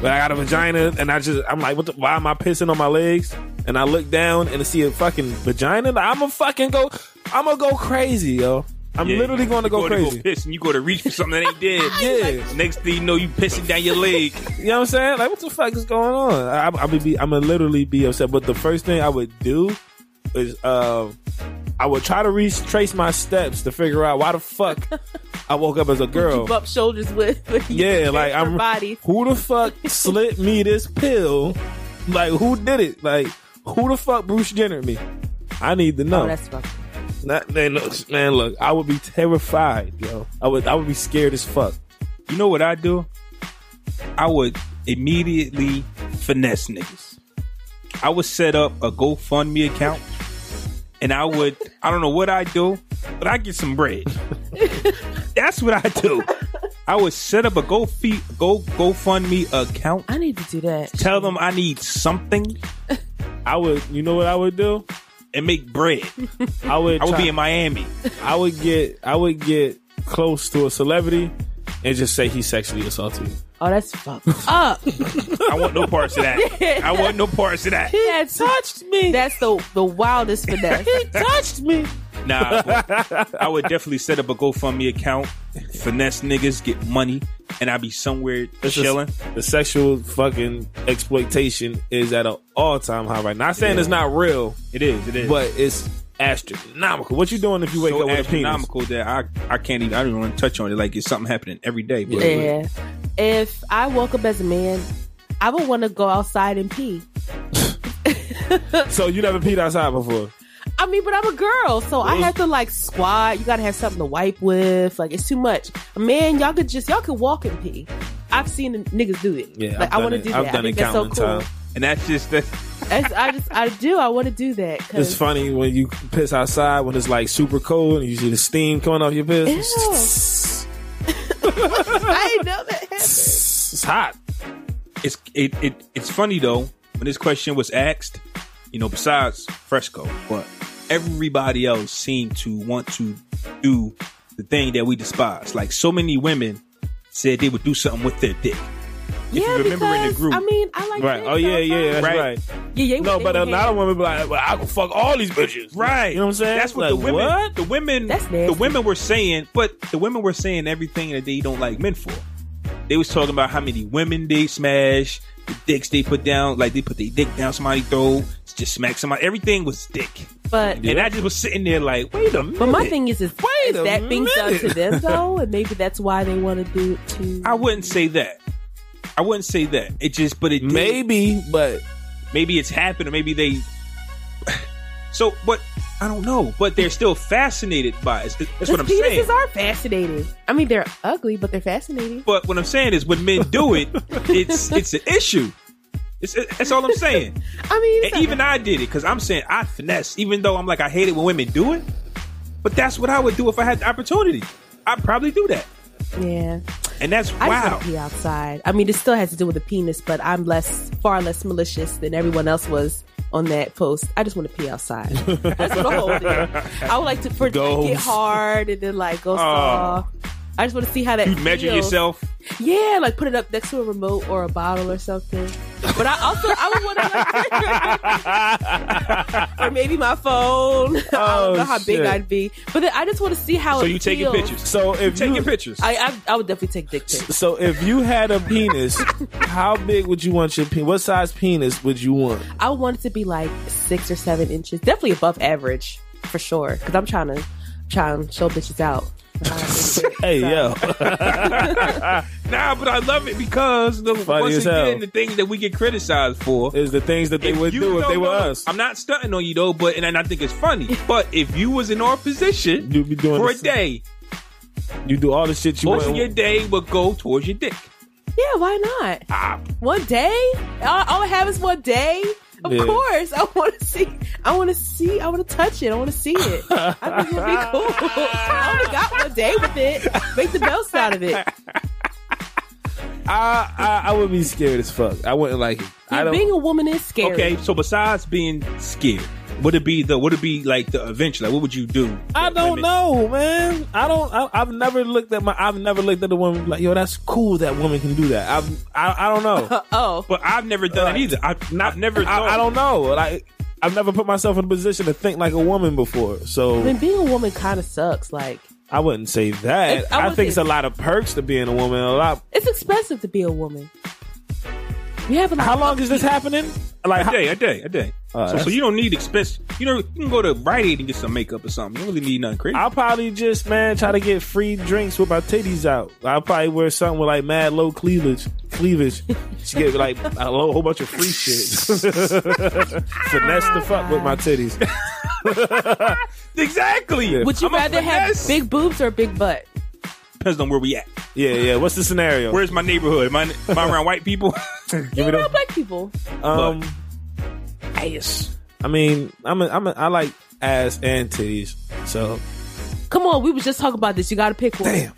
C: But I got a vagina, and I just I'm like, what? The, why am I pissing on my legs? And I look down and see a fucking vagina. I'm gonna fucking go. I'm gonna go crazy, yo. I'm
A: Yeah,
C: literally going to
A: you
C: go
A: To
C: crazy.
A: go piss and you go to reach for something that ain't there.
C: Yeah.
A: Next thing you know, you pissing down your leg.
C: You know what I'm saying? Like, what the fuck is going on? I, I'm, gonna be, I'm gonna literally be upset. But the first thing I would do is, uh, I would try to retrace my steps to figure out why the fuck I woke up as a girl.
E: bump shoulders with. with
C: Yeah,
E: your
C: like I'm.
E: body.
C: Who the fuck slit me this pill? Like who did it? Like who the fuck Bruce Jenner me? I need to know.
E: Oh, that's rough.
C: Not- man, look, man, look, I would be terrified, yo. I would, I would be scared as fuck.
A: You know what I do? I would immediately finesse niggas. I would set up a GoFundMe account and I would, I don't know what I do, but I get some bread. That's what I do. I would set up a Go Go GoFundMe account.
E: I need to do that.
A: Tell them I need something
C: I would, you know what I would do?
A: and make bread.
C: I would,
A: I would
C: try-
A: be in Miami.
C: I would get, I would get close to a celebrity and just say he sexually assaulted me.
E: Oh, that's fucked up.
A: I want no parts of that. I want no parts of that.
E: He touched me. That's the the wildest finesse. he touched me.
A: Nah, but I would definitely set up a GoFundMe account, finesse niggas, get money, and I'd be somewhere
C: It's just-
A: chilling.
C: the sexual fucking exploitation is at an all time high right now. Not saying it's not real,
A: It is, it is.
C: but it's astronomical. What you doing if you wake
A: so
C: up with a penis?
A: astronomical that I, I can't even I don't even want to touch on it. Like it's something happening every day. But
E: Yeah. If I woke up as a man, I would want to go outside and pee.
C: So you never peed outside before?
E: I mean, but I'm a girl, so I have to like squat. You gotta have something to wipe with. Like it's too much. Man, y'all could just y'all could walk and pee. I've seen the niggas do it.
C: Yeah,
E: like
C: I've
E: I want to
C: done
E: do
C: it.
E: that.
C: I've
E: I
C: done
E: think
C: it
E: that's so
C: countless
E: cool.
C: times.
A: and that's just that's
E: That's- I just I do. I want to do that. 'cause-
C: It's funny when you piss outside when it's like super cold and you see the steam coming off your piss.
E: I ain't know that happened.
C: It's hot.
A: it's it, it it's funny though when this question was asked. You know, besides Fresco, but everybody else seemed to want to do the thing that we despise. Like so many women said they would do something with their dick.
E: yeah,
A: you remember in the
E: because,
A: group.
E: I mean, I like
C: Right.
E: things
C: Oh yeah, yeah,
E: outside.
C: that's
A: Right.
C: right.
E: yeah, yeah.
C: No, but a lot of women be like, well, I can fuck all these bitches. You know what I'm saying?
A: That's what the
C: Like,
A: women.
C: what?
A: The women.
E: That's
A: the
E: nasty.
A: women were saying, but the women were saying everything that they don't like men for. They was talking about how many women they smash, the dicks they put down, like they put their dick down somebody's throat, just smack somebody. Everything was dick,
E: but
A: and I just was sitting there like, wait a minute.
E: But my thing is, is, is
C: a
E: that being done to
C: minute.
E: them though, and maybe that's why they want to do it too.
A: I wouldn't say that. I wouldn't say that. It just, but it did.
C: Maybe, but
A: maybe it's happened, or maybe they. So, but I don't know. But they're still fascinated by it. That's what I'm
E: penises
A: saying.
E: are fascinating. I mean, they're ugly, but they're fascinating.
A: But what I'm saying is, when men do it, it's it's an issue. It's, that's all I'm saying.
E: I mean,
A: And even I did it because I'm saying I finesse. Even though I'm like I hate it when women do it, but that's what I would do if I had the opportunity. I'd probably do that,
E: yeah,
A: and that's
E: I just
A: wow.
E: want to pee outside. I mean, it still has to do with the penis, but I'm less, far less malicious than everyone else was on that post. I just want to pee outside. that's what the whole thing. I would like to for,
C: Go.
E: get hard and then like go soft. I just want to see how that
A: Uh. you measure
E: feels.
A: yourself.
E: Yeah, like put it up next to a remote or a bottle or something. But I also I would want to, or maybe my phone. I
C: Oh,
E: don't know how big
C: shit.
E: I'd be, but then I just want to see how.
A: So
E: it
A: you taking
E: feels.
A: pictures?
C: So if
A: taking
C: you,
A: pictures?
E: I, I I would definitely take dick pics.
C: so if you had a penis, how big would you want your penis? What size penis would you want?
E: I would want it to be like six or seven inches, definitely above average for sure. Because I'm trying to trying to show bitches out.
C: Hey yo,
A: nah, but I love it because the,
C: Funny
A: once
C: as hell.
A: again, the thing that we get criticized for
C: is the things that they would
A: you-
C: do if
A: no,
C: they were
A: no, no.
C: us.
A: I'm not stunting on you though, but and, I think it's funny. but if you was in our position
C: You'd be doing
A: for
C: the
A: a
C: same.
A: day,
C: You do all the shit you
A: most
C: want.
A: of your day would go towards your dick.
E: Yeah, why not? One day, all, all I have is one day. Of
C: Yeah.
E: course, I want to see. I want to see. I want to touch it. I want to see it. I think it'd be cool. I only got one day with it. Make the most out of it.
C: I, I I would be scared as fuck. I wouldn't like it. I
E: Yeah,
C: don't.
E: being a woman is scary.
A: Okay, so besides being scared, would it be the would it be like the adventure? Like what would you do?
C: I
A: Like,
C: don't
A: women-
C: know, man. I don't. I, I've never looked at my. I've never looked at a woman like, yo, that's cool. That woman can do that. I've. I, I don't know.
E: Oh,
A: But I've never done
C: Right.
A: it either. I've, I've never. thought-
C: I, I don't know. Like, I've never put myself in a position to think like a woman before.
E: I mean,
C: So
E: being a woman kind of sucks. Like,
C: I wouldn't say that.
E: It's- I
C: I,
E: would
C: think it's a
E: say-
C: lot of perks to being a woman. A lot.
E: it's expensive to be a woman. You have a lot
C: How
E: of
C: long is this happening? Like,
A: A
C: how,
A: day, a day, a day.
C: Oh,
A: so, so
C: that's-
A: you don't need expense. You know, you can go to Rite Aid and get some makeup or something. You don't really need nothing crazy.
C: I'll probably just man try to get free drinks with my titties out. I'll probably wear something with like mad low cleavage, cleavage. She get like a low, whole bunch of free shit. Finesse the fuck with my titties.
A: exactly.
C: Yeah.
E: Would you
A: I'm a
E: rather have
A: finesse.
E: big boobs or a big butt?
A: Depends on where we at.
C: Yeah, yeah. What's the scenario?
A: Where's my neighborhood? Am I, am I around white people?
C: Give it
E: No,
C: up.
E: black people.
C: Um,
A: Ass.
C: I mean, I'm a, I'm a, I like ass and titties. So
E: Come on, we was just talking about this. You got to pick one.
C: damn,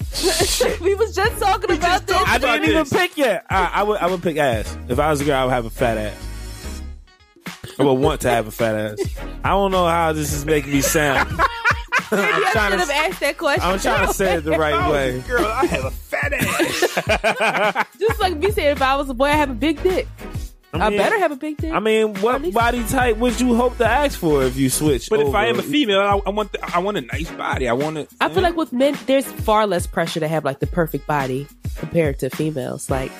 E: we was just talking about this.
C: I
A: About
C: didn't even
A: this.
C: pick yet. I, I would I would pick ass. If I was a girl, I would have a fat ass. I would want to have a fat ass. I don't know how this is making me sound. I'm
E: I
C: trying
E: should have
C: to
E: asked that question.
C: I'm trying to say it the right way.
A: Girl, I have a fat ass.
E: Just like me saying, if I was a boy, I have a big dick. I,
C: mean-
E: better have a big dick.
C: I mean,
E: At
C: what
E: least-
C: body type would you hope to ask for if you switch?
A: But if I am
C: over? e-
A: a female, I, I want the, I want a nice body. I want to.
E: I feel like with men, there's far less pressure to have like the perfect body compared to females. Like,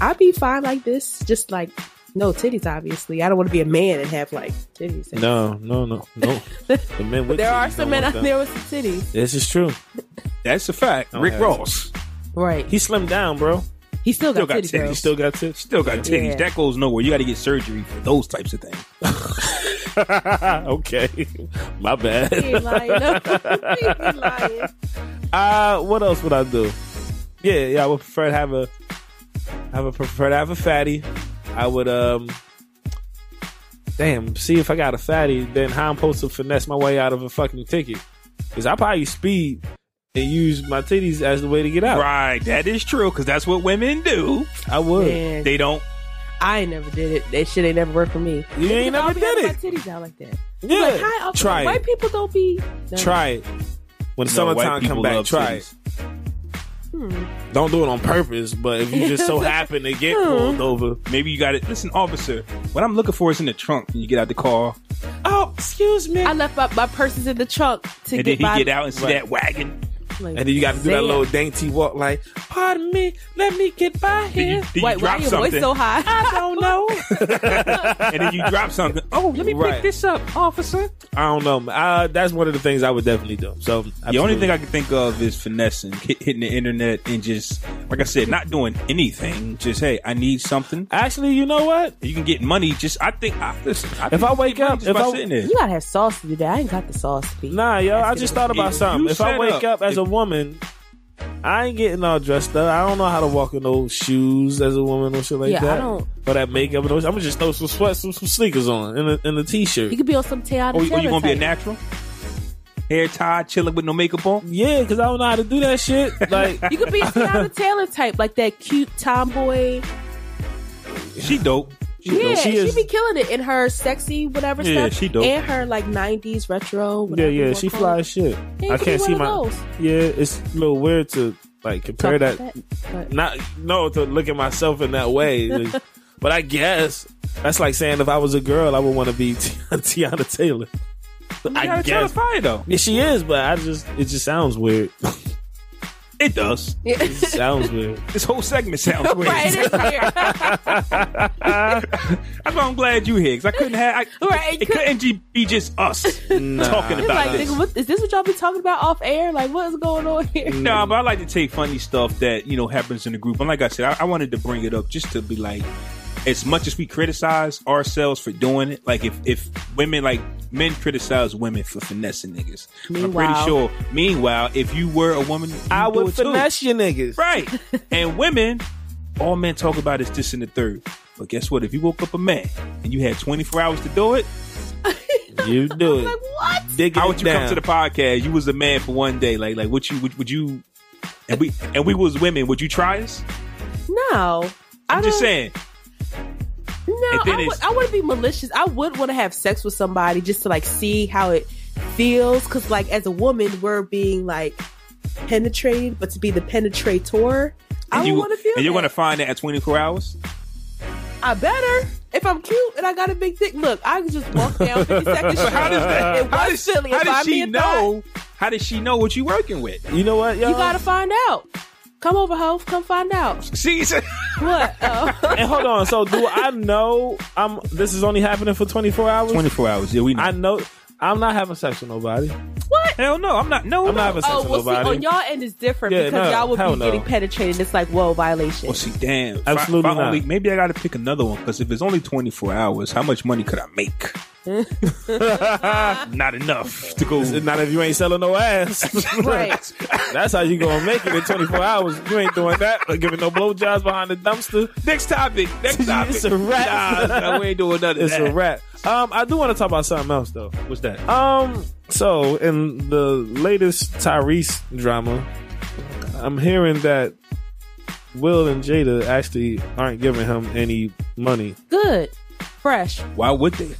E: I'd be fine like this, just like no titties. Obviously, I don't want to be a man and have like titties.
C: no, no, no, no. The men with
E: There are
C: titties don't
E: some men
C: want
E: out
C: them.
E: there with some titties.
C: This is true.
A: that's a fact.
C: Don't
A: Rick
C: have
A: Ross
E: Right.
C: He slimmed down, bro.
E: He still got,
A: got
E: titties.
A: titties.
E: though.
C: He still got tips.
A: still got titties.
E: Yeah.
A: That goes nowhere. You got to get surgery for those types of things.
C: okay, my bad.
E: He ain't lying. No. He ain't lying.
C: Uh, what else would I do? Yeah, yeah, I would prefer to have a, I would prefer to have a fatty. I would um, damn, see if I got a fatty, then how I'm supposed to finesse my way out of a fucking ticket? Because I probably speed and use my titties as the way to get out.
A: Right. That is true because that's what women do.
C: I would.
E: Man,
A: They don't.
E: I ain't never did it. That shit ain't never worked for me.
C: You ain't
E: I'll
C: never
E: be
C: did
E: having
C: it.
E: My titties out like that.
C: Yeah,
E: Like, hi, Uncle.
C: try
E: White
C: it.
E: people don't be. No.
C: Try it. When
A: No, white
C: summertime
A: people
C: come back,
A: love
C: try
A: titties.
C: it. Don't do it on purpose, but if you just so happen to get pulled
A: Hmm.
C: over,
A: Maybe you got it. Listen, officer, what I'm looking for is in the trunk when you get out the car.
C: oh, excuse me.
E: I left my, my purses in the trunk to
A: and then
E: get
A: he
E: by.
A: get out and see
C: Right.
A: that wagon.
E: Like,
C: And then you got to do that
E: damn.
C: little dainty walk, like, pardon me, let me get by
A: Then you,
C: here. Oh,
A: then you
E: Wait, why
A: drop
E: your voice
A: something.
E: so high? I don't know.
A: and then you drop something. Oh, let me
C: Right.
A: pick this up, officer.
C: I don't know. man. Uh, that's one of the things I would definitely do. So
A: The only thing I can think of is finessing, hit, hitting the internet, and just like I said, not doing anything. Just hey, I need something.
C: actually, you know what?
A: You can get money. Just I think I, listen, I
C: If I wake up, if I
A: sitting there.
E: you gotta have sauce to do that. I ain't got the sauce to be.
C: nah, yo, I just thought about
A: If
C: something.
A: you
C: If I
A: set
C: wake
A: up-
C: up as
A: if-
C: a woman, I ain't getting all dressed up. I don't know how to walk in those shoes as a woman or shit like
E: Yeah, I
C: that.
E: don't-
C: Or that makeup. And those, I'm gonna just throw some sweats, some, some sneakers on, and a, and a t-shirt.
E: You could be on some Tiana
A: Or,
C: Oh,
A: or you
E: Taylor
A: gonna be a
E: type.
A: natural, hair tied, chilling with no makeup on.
C: yeah, because I don't know how to do that shit. Like,
E: You could be a Tiana Taylor type, like that cute tomboy.
A: She dope. She
E: Yeah,
C: she
E: she,
C: is-
E: be killing it in her sexy whatever
A: Yeah,
E: stuff,
A: she dope.
E: and her like '90s retro.
C: yeah,
E: whatever you
C: yeah,
E: wanna
C: she
E: call
C: fly
E: it.
C: as shit.
E: Yeah, you
C: I
E: could
C: can't
E: be
C: see
E: one
C: my.
E: of those.
C: Yeah, it's a little weird to like compare
E: Something
C: that
E: like that, but-
C: not no to look at myself in that way. Like, But I guess that's like saying if I was a girl, I would want to be Tiana Taylor. I
A: Tiana Taylor's
C: guess.
A: fire though.
C: Yeah, she is, but I just it just sounds weird.
A: It does.
C: It sounds weird.
A: This whole segment sounds weird.
E: Right, it is weird.
A: That's why I'm glad you here, 'cause I couldn't have. I,
E: Right,
A: it, couldn't ju- be just us talking
E: It's
A: about
E: like,
A: this.
E: nigga, what, is this what y'all been talking about off air? Like, what's going on here?
A: No, but I like to take funny stuff that you know happens in the group. And like I said, I, I wanted to bring it up just to be like, as much as we criticize ourselves for doing it, like if if women like men criticize women for finessing niggas, I'm pretty
E: Meanwhile.
A: sure. Meanwhile, if you were a woman, you'd
C: I
A: do
C: would
A: it too.
C: finesse you niggas.
A: right? and women, all men talk about is this and the third. But guess what? If you woke up a man and you had 24 hours to do it,
C: You do it.
E: Like, what?
C: Dig
A: how
C: it
A: would you
C: down.
A: come to the podcast? You was a man for one day. Like like what you would, would you? And we and we was women. Would you try us?
E: No.
A: I'm just saying.
E: No,
A: And then
E: I,
A: it's-
E: would, I wouldn't be malicious. I would want to have sex with somebody just to like see how it feels. Cause like as a woman, we're being like penetrated, but to be the penetrator, I
A: And you,
E: would want to feel.
A: and you're
E: that.
A: gonna find that at 24 hours.
E: I better if I'm cute and I got a big dick. Look, I can just walk down 52nd Street.
A: How does that?
E: It
A: how does,
E: was Philly.
A: how
E: If
A: does
E: I'm
A: she
E: being thought,
A: know? How does she know what you working with?
C: You know what, y'all?
E: You gotta find out. Come over, Hov. Come find out.
A: See, so-
E: What? Oh.
C: and hold on. So do I know I'm? This is only happening for 24 hours.
A: 24 hours. Yeah, we know.
C: I know. I'm not having sex with nobody.
E: what?
A: Hell no, I'm not. No,
C: I'm
A: no.
C: not having sex
E: Oh,
C: with
E: well, see,
C: nobody.
E: on y'all end is different
C: Yeah, no,
E: because y'all would
C: hell
E: be
C: no.
E: getting penetrated. It's like, whoa, violation.
A: Well, Oh, see, damn. If I-
C: Absolutely
A: if I
C: not.
A: only- maybe I got to pick another one because if it's only 24 hours, how much money could I make? not enough to go.
C: Not if you ain't selling no ass.
E: Right.
C: That's how you gonna make it in 24 hours. You ain't doing that. Or giving no blowjobs behind the dumpster.
A: Next topic. Next topic.
C: It's a wrap.
A: Nah, nah, we ain't doing nothing.
C: It's a wrap. Um, I do want to talk about something else though.
A: What's that?
C: Um, so in the latest Tyrese drama, I'm hearing that Will and Jada actually aren't giving him any money.
E: Good. Fresh.
A: Why would they?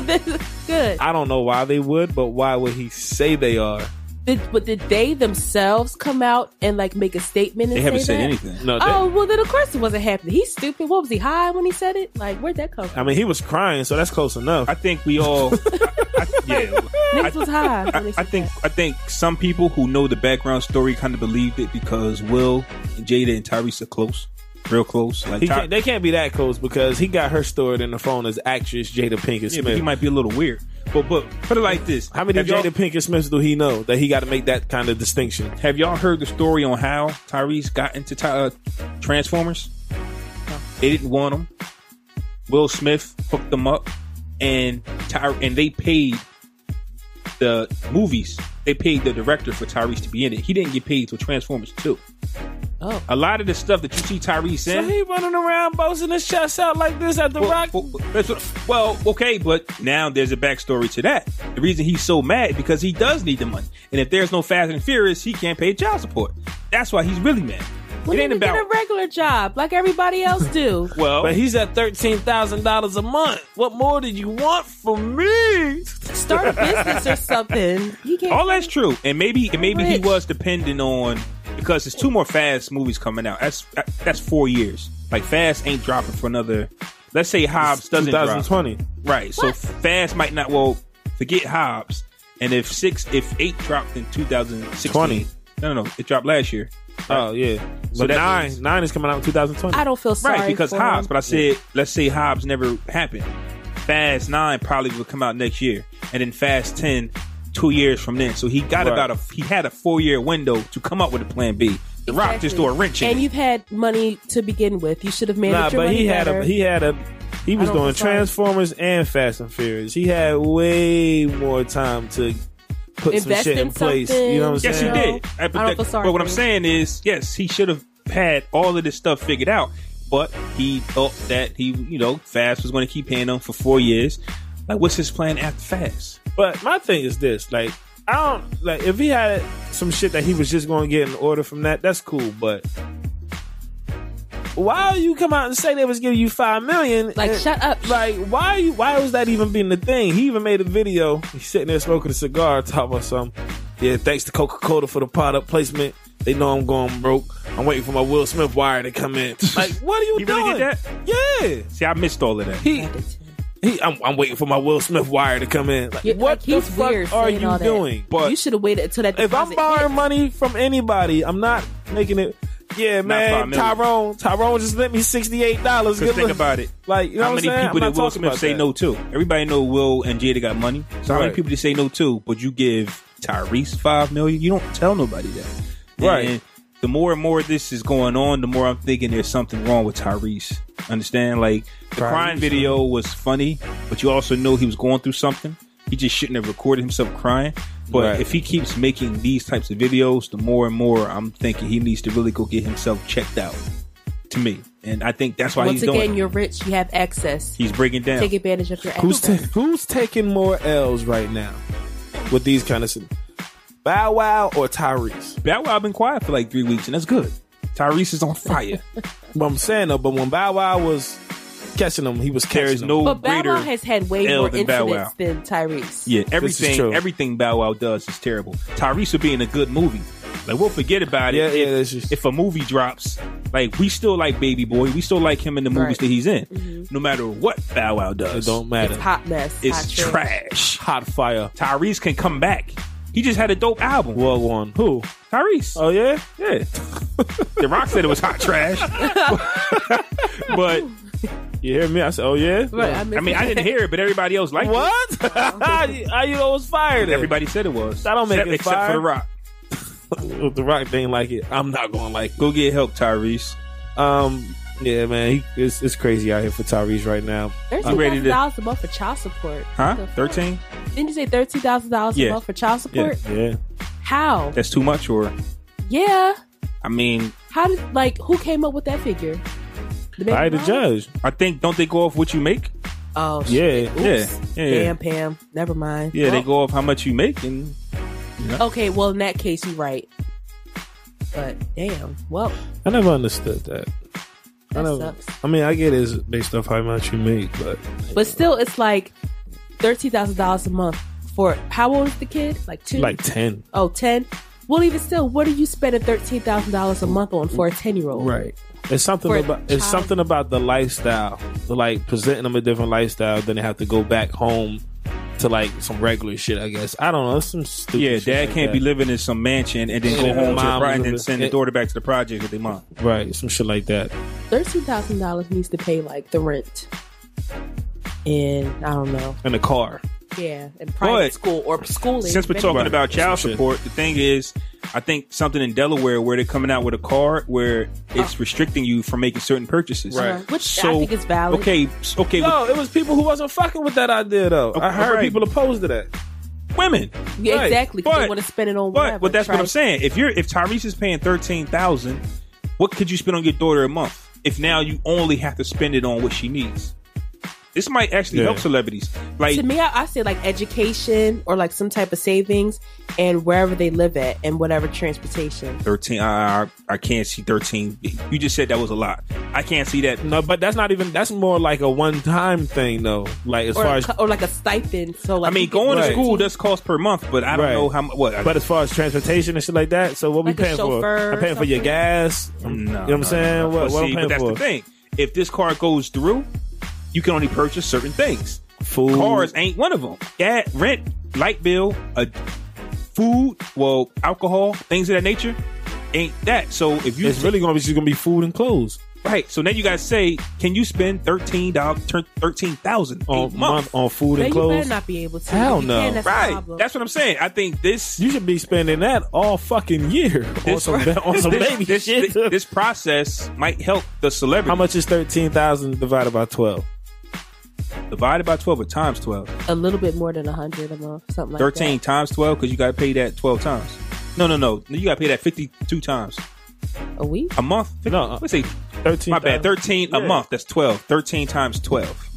E: this is good.
C: I don't know why they would, but why would he say they are?
E: Did, but did they themselves come out and like make a statement? And
A: They haven't
E: say
A: said
E: that?
A: anything.
C: No, they,
E: Oh well, then of course it wasn't happening. He's stupid. What was he high when he said it? Like where'd that come
C: I
E: from?
C: mean he was crying, so that's close enough.
A: I think we all. I, I, yeah.
E: Niggas was high. when they
A: I, I
E: said
A: think
E: that.
A: I think some people who know the background story kind of believed it because Will, and Jada, and Tyrese are close, real close. Like
C: He
A: Ty-
C: can't, they can't be that close because he got her stored in the phone as actress Jada Pinkett
A: yeah, but
C: Smith.
A: he might be a little weird. But but put it like this:
C: How many
A: have y'all,
C: Jada Pinkett Smiths do he know that he got to make that kind of distinction?
A: have y'all heard the story on how Tyrese got into Ty- uh, Transformers? They didn't want him. Will Smith hooked them up, and Ty- and they paid the movies. They paid the director for Tyrese to be in it. He didn't get paid till Transformers Two.
E: Oh.
A: A lot of the stuff that you see Tyrese in,
C: So he running around boasting his chest out like this at the
A: Well,
C: rock.
A: well, that's- well, okay, but now there's a backstory to that. The reason he's so mad is because he does need the money, and if there's no Fast and Furious, he can't pay child support. That's why he's really mad.
E: Well,
A: it ain't
E: then you
A: about
E: get a regular job like everybody else do.
A: well,
C: But he's at thirteen thousand dollars a month. What more do you want from me?
E: Start a business or something. He can't.
A: all that's true, and maybe and maybe he
E: Rich.
A: was depending on because there's two more Fast movies coming out. That's that's four years. Like Fast ain't dropping for another. Let's say Hobbs doesn't drop.
C: 2020.
A: Right.
E: What?
A: So Fast might not. Well, forget Hobbs. And if six, if eight dropped in 2016,
C: 20.
A: No, no, no. It dropped last year.
C: Oh yeah.
A: So
C: But
A: that
C: nine,
A: means-
C: nine is coming out in 2020.
E: I don't feel sorry.
A: Right, because
E: for
A: Hobbs.
E: him.
A: But I said, let's say Hobbs never happened. Fast Nine probably would come out next year, and then Fast Ten, two years from then. So he got
C: Right.
A: about a he had a four year window to come up with a plan B. The Rock just threw a wrench in.
E: And
A: it.
E: you've had money to begin with. You should have managed
C: Nah,
E: your
C: but
E: money
C: he had
E: better.
C: a he had a he was
E: I don't
C: doing
E: decide.
C: Transformers and Fast and Furious. He had way more time to put some
E: Invest
C: shit
E: in
C: in, place. You know what I'm
E: something.
A: Yes, he
C: saying?
E: Yeah.
A: did.
E: I don't feel sorry
A: but what
E: for
A: I'm
E: him.
A: saying is, yes, he should have had all of this stuff figured out. But he thought that he, you know, Fast was going to keep paying him for four years. Like, what's his plan after Fast?
C: But my thing is this: like, I don't like if he had some shit that he was just going to get an order from that. That's cool, but why you come out and say they was giving you five million?
E: Like,
C: and-
E: shut up.
C: Like, why you? Why was that even being the thing? He even made a video. He's sitting there smoking a cigar, talking about something. Yeah, thanks to Coca Cola for the product placement. They know I'm going broke. I'm waiting for my Will Smith wire to come in. Like, what are you
A: He
C: doing?
A: really did that?
C: Yeah.
A: See, I missed all of that.
C: He, he I'm, I'm waiting for my Will Smith wire to come in. Like,
E: You're-
C: what
E: like, he's
C: the fuck
E: weird
C: are
E: saying all
C: you
E: that.
C: doing?
A: But-
E: you should have waited until that.
C: if I'm
E: deposit
C: borrowing
E: hit.
C: money from anybody, I'm not making it. Yeah,
A: five million.
C: man, Tyrone, Tyrone just lent me sixty eight dollars.
A: Because think about it.
C: Like, you know
A: how
C: what
A: many
C: I'm saying?
A: people
C: I'm
A: did
C: not
A: Will
C: talking
A: Smith
C: about
A: say
C: that.
A: no to? Everybody know Will and Jada got money. So how many
C: Right.
A: people did say no to? But you give Tyrese five million. You don't tell nobody that.
C: Right.
A: And the more and more this is going on, the more I'm thinking there's something wrong with Tyrese. Understand? Like the crying video was funny, but you also know he was going through something. He just shouldn't have recorded himself crying. But
C: Right.
A: if he keeps making these types of videos, the more and more I'm thinking he needs to really go get himself checked out. To me, and I think that's why
E: Once
A: he's doing.
E: again,
A: it.
E: you're rich. You have access.
A: He's breaking down.
E: Take advantage of your
C: Who's ta-
E: access.
C: who's taking more L's right now with these kind of sin- Bow Wow or Tyrese?
A: Bow Wow been quiet for like three weeks, and that's good. Tyrese is on fire.
C: What I'm saying though, but when Bow Wow was catching him, he was
A: There
C: catching
A: is
C: him.
A: no
E: but Bow
A: greater.
E: Wow has had way
A: L
E: more
A: than Bow
E: incidents
A: Wow.
E: than Tyrese.
A: yeah,
C: true.
A: everything everything Bow Wow does is terrible. Tyrese will be in a good movie. Like we'll forget about it
C: Yeah, yeah,
A: if,
C: that's just-
A: if a movie drops. Like we still like Baby Boy. We still like him in the movies
E: Right.
A: that he's in. No matter what Bow Wow
C: Mm-hmm. It
A: does,
C: don't matter.
E: Hot mess.
A: it's
E: hot trash.
A: trash.
C: Hot fire.
A: Tyrese can come back. He just had a dope album.
C: Well one. Who?
A: Tyrese.
C: Oh yeah?
A: yeah. the Rock said it was hot trash, but
C: You hear me? I said, Oh yeah?
E: Right, I,
A: I mean I didn't hear it. But everybody else liked it.
C: What? How you how you know it was fired?
A: Everybody said it was.
C: That don't make
A: except,
C: it
A: except
C: fire.
A: for the Rock.
C: the rock thing like it. I'm not gonna like
A: Go get help, Tyrese.
C: it. Um yeah, man, he, it's, it's crazy out here for Tyrese right now.
E: Thirteen
A: I'm ready
E: thousand
A: to-
E: dollars a month for child support. What
A: Huh?
E: the fuck?
A: Thirteen?
E: Didn't you say thirteen thousand dollars a
A: Yeah.
E: month for child
C: Yeah,
E: support?
C: yeah.
E: How?
A: That's too much, or
E: Yeah.
A: I mean,
E: How did like who came up with that figure? The
C: I the
E: Mac-
C: judge.
A: I think don't they go off what you make?
E: Oh
C: Yeah,
E: shit. Oops.
A: yeah, yeah.
E: Damn, Pam. Never mind.
A: Yeah, they go off how much you make, and
E: Okay, well in that case you're right. But damn. Well,
C: I never understood that. I
E: that
C: never-
E: sucks.
C: I mean, I get it's based off how much you make, but
E: But still it's like thirteen thousand dollars a month for how old is the kid? Like two
C: like ten,
E: oh ten? Well even still, what are you spending thirteen thousand dollars a month on for a ten year old?
C: right? It's something
E: For a
C: about it's
E: child.
C: something about the lifestyle, the, like presenting them a different lifestyle. Then they have to go back home to like some regular shit. I guess I don't know. It's some stupid.
A: yeah,
C: shit
A: Dad
C: like
A: can't
C: that.
A: be living in some mansion and then go
C: Yeah,
A: home to
C: mom
A: the bride and
C: living-
A: then send the
C: it-
A: daughter back to the project with their mom.
C: right. Some shit like that.
E: Thirteen thousand dollars needs to pay like the rent. And I don't know.
C: In a car,
E: Yeah. And private
A: But-
E: school or schooling.
A: Since we're talking
C: Right.
A: about child
C: Some shit.
A: support, the thing is, I think something in Delaware where they're coming out with a card where it's restricting you from making certain purchases.
E: Right. Uh-huh. Which I think is valid.
A: Okay, s- okay, with
C: no, it was people who wasn't fucking with that idea though. I heard
A: right.
C: people opposed to that.
A: women.
E: Yeah,
C: Right.
E: exactly. 'cause they
A: But-
E: want to spend it on whatever.
A: But but that's what I'm
E: trash.
A: saying. If you're if Tyrese is paying thirteen thousand, what could you spend on your daughter a month? If now you only have to spend it on what she needs, this might actually
C: Yeah.
A: help celebrities. Like
E: To me, I, I say like education or like some type of savings, and wherever they live at, and whatever transportation.
A: thirteen, I, I I can't see thirteen. You just said that was a lot. I can't see that.
C: No, but that's not even. That's more like a one time thing though. Like as
E: Or,
C: far
E: a
C: as
E: cu- or like a stipend. So
A: I
E: like,
A: mean,
E: you get
A: going
C: Right.
A: to school does cost per month, but I don't
C: Right.
A: know how much. What?
C: But uh, as far as transportation and shit like that, so what
E: Like a
C: we paying
E: chauffeur
C: for? I'm paying
E: or
C: for your
E: something?
C: gas.
A: No,
C: you know what
A: no,
C: I'm saying?
A: no, no.
C: What,
A: But
C: what
A: see,
C: I'm paying
A: but that's
C: for?
A: the thing. If this card goes through, you can only purchase certain things.
C: Food.
A: Cars ain't one of them. Gas, rent, light bill, a food, well, alcohol, things of that nature, ain't that. So if you
C: It's really gonna be just gonna be food and clothes
A: right, so then you guys say, can you spend thirteen dollars, thirteen thousand a
C: on
A: month?
C: month on food
E: Then
C: and
E: you
C: clothes.
E: better not be able to.
C: Hell
E: If you
C: no.
E: Can, that's
A: Right,
E: A problem.
A: that's what I'm saying. I think this
C: you should be spending that all fucking year on
A: this
C: some on some
A: this,
C: baby
A: this,
C: shit.
A: this, this process might help the celebrity.
C: How much is thirteen thousand divided by twelve?
A: divided by twelve or times twelve?
E: a little bit more than a hundred a month, something like that.
A: 13 times 12 because you got to pay that 12 times. No, no, no. You got to pay that 52 times
E: a week.
A: a month. 50,
C: No, uh,
A: let's see.
C: Thirteen.
A: My bad. 13 a
C: Yeah.
A: month. That's 12. 13 times 12.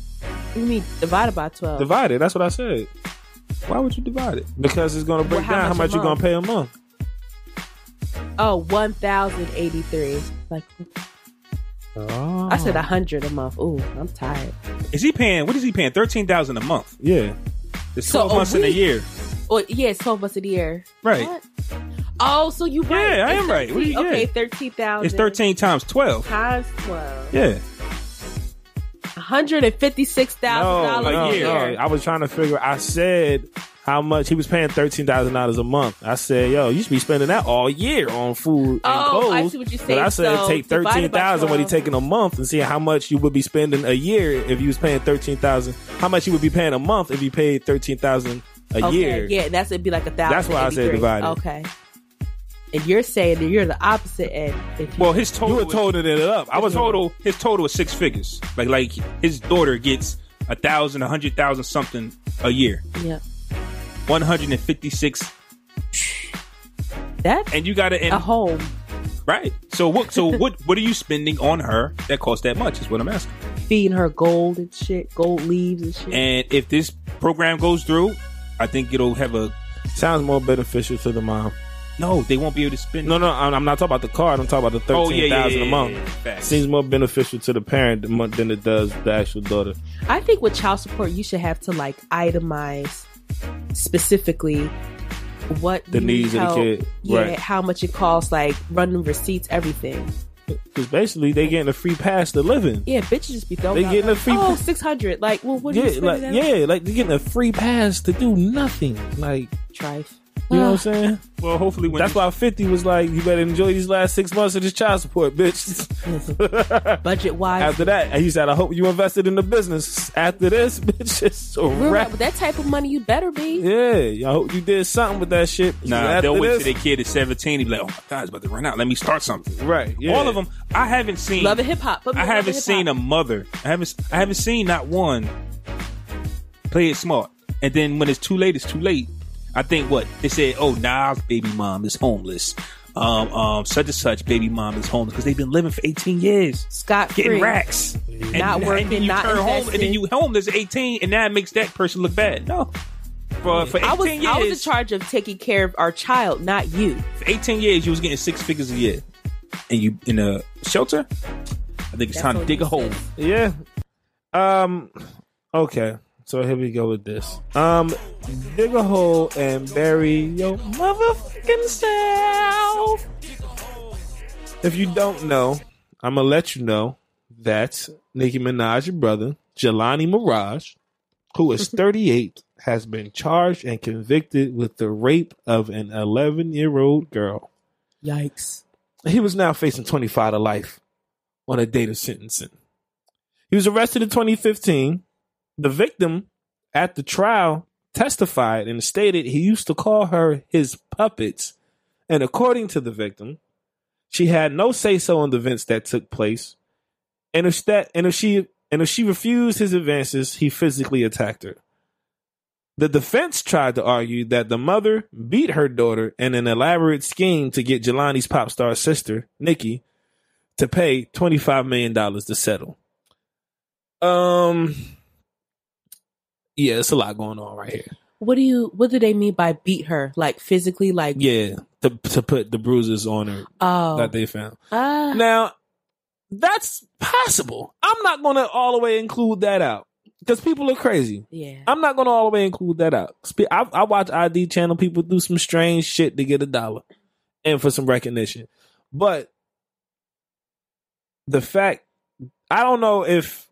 E: You mean divided by twelve?
C: divided. That's what I said.
A: Why would you divide it?
C: Because it's gonna break
E: how
C: down how
E: much
C: much
E: a
C: you gonna
E: month?
C: pay a month.
E: oh, one thousand eighty-three. Like
C: Oh.
E: I said, a hundred a month. Ooh, I'm tired.
A: Is he paying? What is he paying? 13000 a month.
C: Yeah.
A: It's
E: So
A: 12
E: a
A: months in a
E: week-
A: year.
E: Or yeah, it's twelve months a year.
A: Right.
E: What? Oh, so you right?
A: Yeah, I
E: It's
A: am right. What do you-
E: 13 Okay,
A: yeah.
E: thirteen thousand.
A: It's 13 times 12.
E: times twelve.
A: Yeah.
E: One hundred and fifty-six thousand
A: No,
E: dollars
A: no,
E: a year.
C: I was trying to figure. I said how much he was paying thirteen thousand dollars a month. I said, "Yo, you should be spending that all year on food and
E: Oh,
C: clothes."
E: I see what you're
C: But I
E: saying.
C: said,
E: So,
C: take
E: divided by
C: thirteen thousand what he
E: 12.
C: taking a month, and see how much you would be spending a year if you was paying thirteen thousand. How much you would be paying a month if you paid thirteen thousand a
E: okay,
C: year?
E: Yeah, that's it'd be like a thousand.
C: That's why I
E: It'd be
C: said
E: great.
C: divided.
E: Okay. And you're saying that you're the opposite end. If you,
A: Well, his total.
C: You were totaling it up. I
A: I
C: was
A: was total. His total is six figures. Like like his daughter gets a thousand, a hundred thousand something a year.
E: yeah,
A: One hundred and fifty six,
E: that's
A: and you got to end
E: a home.
A: right. So what? So what? What are you spending on her that costs that much? Is what I'm asking.
E: Feeding her gold and shit, gold leaves and shit.
A: And if this program goes through, I think it'll have a
C: sounds more beneficial to the mom.
A: no. They won't be able to spend.
C: No, no, I'm, I'm not talking about the card. I'm talking about the
A: Oh, yeah,
C: thirteen thousand
A: yeah,
C: a
A: yeah,
C: month.
A: yeah, yeah. Facts.
C: Seems more beneficial to the parent than mon- than it does the actual daughter.
E: I think with child support, you should have to like itemize specifically what
C: The
E: you
C: needs of the
E: help,
C: kid,
E: Yeah,
C: right.
E: how much it costs, like running receipts, everything.
C: Because basically, they getting a free pass to live in.
E: Yeah, bitches just be throwing.
C: They
E: out,
C: getting
E: like,
C: a free-
E: oh 600 Like, well, what are you
C: Yeah,
E: spending
C: like
E: that on?
C: yeah, like they're getting a free pass to do nothing. Like
E: Trife.
C: you know what I'm saying?
A: Well, hopefully when
C: That's why Fifty was like, "You better enjoy these last six months of this child support, bitch."
E: Budget wise,
C: After that, he said, "I hope you invested in the business." After this, bitch, it's a
E: we're
C: wrap.
E: right, with that type of money, you better be.
C: Yeah, I hope you did something with that shit.
A: Nah,
C: After
A: they'll wait
C: this-
A: till their kid is 17 and be like, oh my God, it's about to run out. Let me start something.
C: Right, yeah.
A: All of them. I haven't seen.
E: Love and hip hop.
A: I haven't seen a mother. I haven't. I haven't seen not one play it smart. And then when it's too late, it's too late. I think what they said. Oh, Nas' baby mom is homeless. Um, um, such and such baby mom is homeless because they've been living for 18 years,
E: Scott
A: getting
E: free.
A: racks, and,
E: Not
A: and
E: working,
A: then you
E: not
A: turn home, and
E: investing.
A: then you homeless at 18, and that makes that person look bad. No, for for 18
E: I was
A: years,
E: I was in charge of taking care of our child, not you.
A: for 18 years you was getting six figures a year and you in a shelter i think it's
E: That's
A: time to
E: what
A: dig
E: you
A: a hole
E: said.
C: Yeah. Um. Okay. So here we go with this. Um, dig a hole and bury your motherfucking self. If you don't know, I'm gonna let you know that Nicki Minaj, your brother, Jelani Mirage, who is 38, has been charged and convicted with the rape of an 11 year old girl.
E: Yikes!
C: He was now facing 25 to life on a date of sentencing. He was arrested in 2015. The victim at the trial testified and stated he used to call her his puppets. And according to the victim, she had no say so on the events that took place. And if that and if she and if she refused his advances, he physically attacked her. The defense tried to argue that the mother beat her daughter in an elaborate scheme to get Jelani's pop star sister, Nikki, to pay $25 million to settle. Um, yeah, it's a lot going on right here.
E: What do you? What do they mean by beat her? Like physically? Like
C: Yeah, to, to put the bruises on her
E: oh,
C: that they found.
E: ah.
C: Now, that's possible. I'm not going to all the way include that out because people are crazy.
E: yeah.
C: I'm not gonna all the way include that out. Spe- I, I watch ID channel people do some strange shit to get a dollar and for some recognition, but the fact I don't know if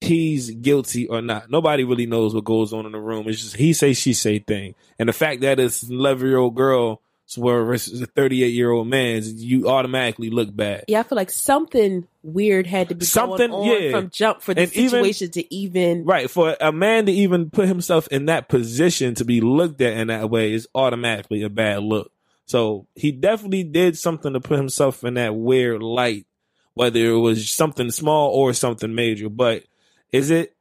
C: he's guilty or not. Nobody really knows what goes on in the room. It's just he say she say thing, and the fact that it's an eleven year old girl versus a thirty eight year old man, you automatically look bad.
E: yeah, I feel like something weird had to be
C: Something-
E: something, going on
C: yeah.
E: from jump for the
C: And even-
E: situation to even
C: Right. For a man to even put himself in that position to be looked at in that way is automatically a bad look. So he definitely did something to put himself in that weird light, whether it was something small or something major. But is it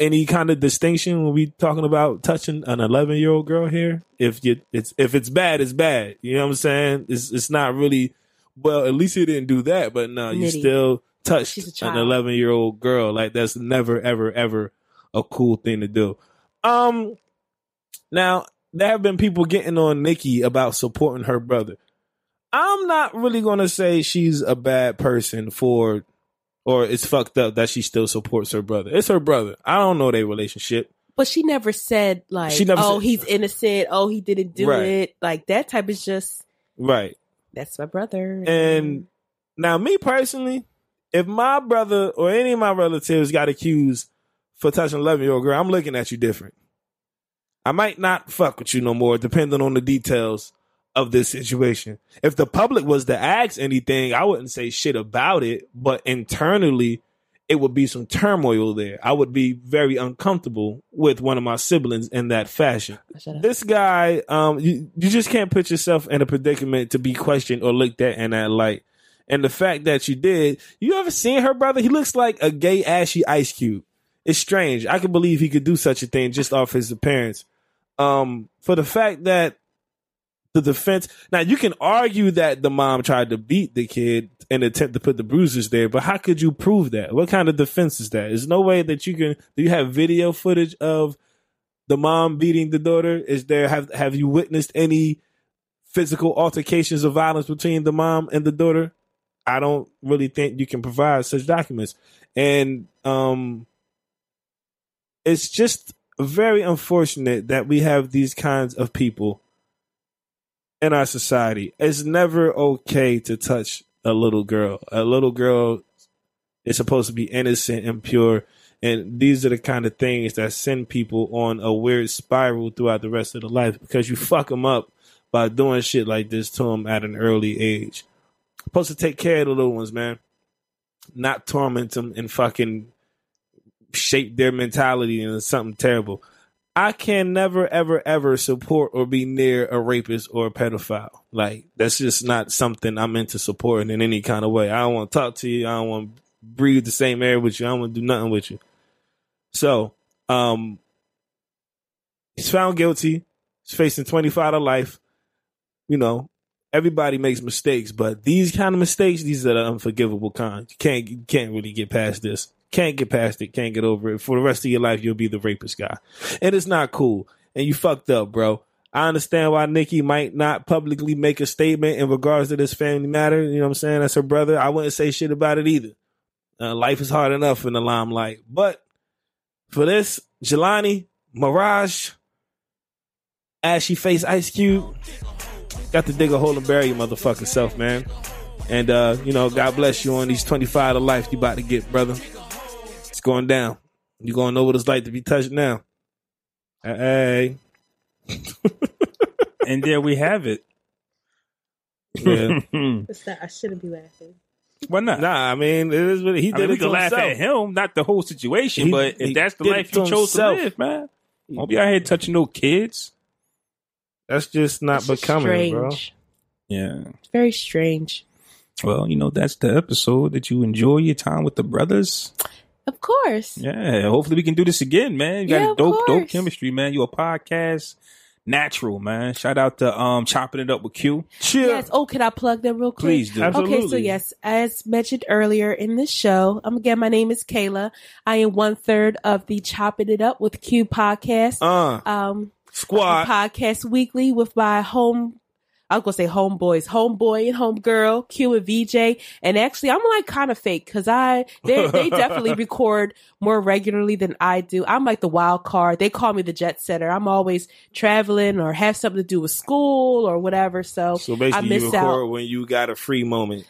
C: any kind of distinction when we talking about touching an eleven year old girl here? If you it's if it's bad, it's bad. You know what I'm saying? It's it's not really well, at least he didn't do that, but no, you
E: Nitty.
C: still touched
E: She's a
C: an
E: child.
C: eleven year old girl. Like that's never, ever, ever a cool thing to do. Um now there have been people getting on Nikki about supporting her brother. I'm not really gonna say she's a bad person for or it's fucked up that she still supports her brother. It's her brother. I don't know their relationship.
E: But she never said like,
C: She never
E: "Oh,
C: said-
E: he's innocent. Oh, he didn't do
C: Right.
E: it." Like that type is just
C: Right.
E: that's my brother.
C: And now, me personally, if my brother or any of my relatives got accused for touching an 11 year old girl, I'm looking at you different. I might not fuck with you no more, depending on the details of this situation. If the public was to ask anything, I wouldn't say shit about it, but internally, it would be some turmoil there. I would be very uncomfortable with one of my siblings in that fashion
E: Shut up.
C: this guy, um, you, you just can't put yourself in a predicament to be questioned or looked at in that light. And the fact that you did, you ever seen her brother? He looks like a gay ashy ice cube. It's strange. I can believe he could do such a thing just off his appearance. Um, for the fact that the defense now you can argue that the mom tried to beat the kid and attempt to put the bruises there, but how could you prove that? What kind of defense is that? There's no way that you can. Do you have video footage of the mom beating the daughter? Is there have have you witnessed any physical altercations or violence between the mom and the daughter? I don't really think you can provide such documents. And um it's just very unfortunate that we have these kinds of people in our society. It's never okay to touch a little girl. A little girl is supposed to be innocent and pure and these are the kind of things that send people on a weird spiral throughout the rest of their life because you fuck them up by doing shit like this to them at an early age. Supposed to take care of the little ones, man. Not torment them and fucking shape their mentality into something terrible. I can never, ever, ever support or be near a rapist or a pedophile. Like, that's just not something I'm into supporting in any kind of way. I don't want to talk to you. I don't want to breathe the same air with you. I don't want to do nothing with you. So, um, he's found guilty. He's facing 25 to life. You know, everybody makes mistakes, but these kind of mistakes, these are the unforgivable kind. You can't, you can't really get past this. Can't get past it. Can't get over it. For the rest of your life, you'll be the rapist guy. And it's not cool. And you fucked up, bro. I understand why Nikki might not publicly make a statement in regards to this family matter. You know what I'm saying? That's her brother. I wouldn't say shit about it either. Uh, life is hard enough in the limelight. But for this, Jelani, Mirage, Ashy Face Ice Cube. Got to dig a hole and bury your motherfucking self, man. And uh, you know, God bless you on these 25 to life you about to get, brother. It's going down. you gonna know what it's like to be touched now. Uh, Hey.
A: and there we have it.
C: Yeah.
E: It's not- I shouldn't be laughing.
A: Why not?
C: nah, I mean, it is what he did.
A: I mean,
C: it
A: we can
C: to
A: laugh
C: himself.
A: at him, not the whole situation,
C: He-
A: but
C: he
A: if that's the
C: did it
A: life
C: to
A: you chose
C: himself.
A: to live, man, don't be out here touching no kids.
C: That's just not
E: It's just
C: becoming,
E: strange.
C: bro.
A: Yeah.
E: It's very strange.
A: Well, you know, that's the episode that you enjoy your time with the brothers.
E: Of course.
A: Yeah. Hopefully we can do this again, man. You got
E: Yeah,
A: a
E: of
A: dope, dope
E: course.
A: chemistry, man. You a podcast natural, man. Shout out to um chopping it up with Q.
C: Chill.
E: Yes. Oh, can I plug that real quick?
A: Please do.
E: Okay, so
C: Absolutely.
E: yes, as mentioned earlier in this show, um, again, my name is Kayla. I am one third of the Chopping It Up with Q podcast.
C: Uh,
E: Um,
C: squad.
E: podcast weekly with my home. I was gonna say homeboys, homeboy and homegirl, Q and VJ, and actually I'm like kind of fake because I they they definitely record more regularly than I do. I'm like the wild card. They call me the jet setter. I'm always traveling or have something to do with school or whatever. So,
C: So
E: I
C: basically,
E: miss
C: you record
E: out.
C: when you got a free moment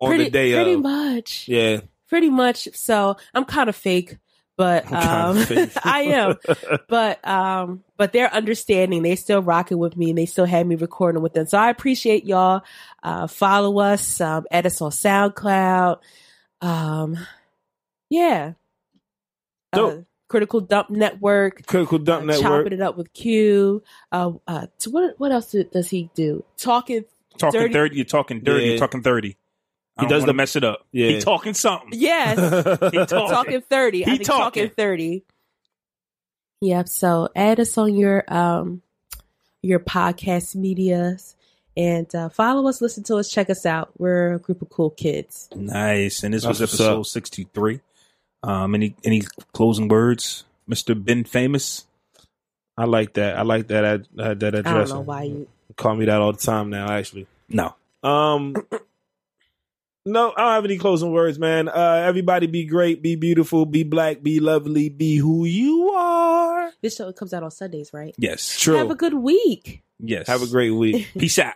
C: on
E: pretty,
C: the day
E: pretty
C: of.
E: much.
C: Yeah.
E: pretty much so i'm kind of fake but
C: I'm
E: um
C: kinda fake.
E: i am but um but they're understanding they still rocking with me and they still had me recording with them so i appreciate y'all uh follow us um at us on soundcloud um yeah uh,
C: Dope.
E: critical dump network
C: Critical Dump
E: uh,
C: Network.
E: chopping it up with q uh, uh t- what what else do- does he do talking
A: Talking
E: Dirty.
A: 30, you're talking dirty,
C: Yeah.
A: you're talking 30. I
C: He
A: he
C: does
A: does
C: the-
A: the mess it up.
C: Yeah.
A: He talking something.
E: yes
A: He talking.
E: talking 30. I
A: He
E: think talking.
A: talking.
E: 30. Yep. So add us on your um your podcast medias and uh, follow us, listen to us, check us out. We're a group of cool kids.
A: Nice. And this was
C: That's what's
A: episode
C: up.
A: 63. Um, any any closing words, Mr. Ben Famous?
C: I like that. I like that. ad- uh, that address.
E: I don't know why you
C: call me that all the time now. Actually,
A: No.
C: um, no, I don't have any closing words, man. Uh, everybody be great, be beautiful, be black, be lovely, be who you are.
E: This show comes out on Sundays, right?
A: Yes.
E: Have a good week.
A: Yes.
C: Have a great week.
A: peace out.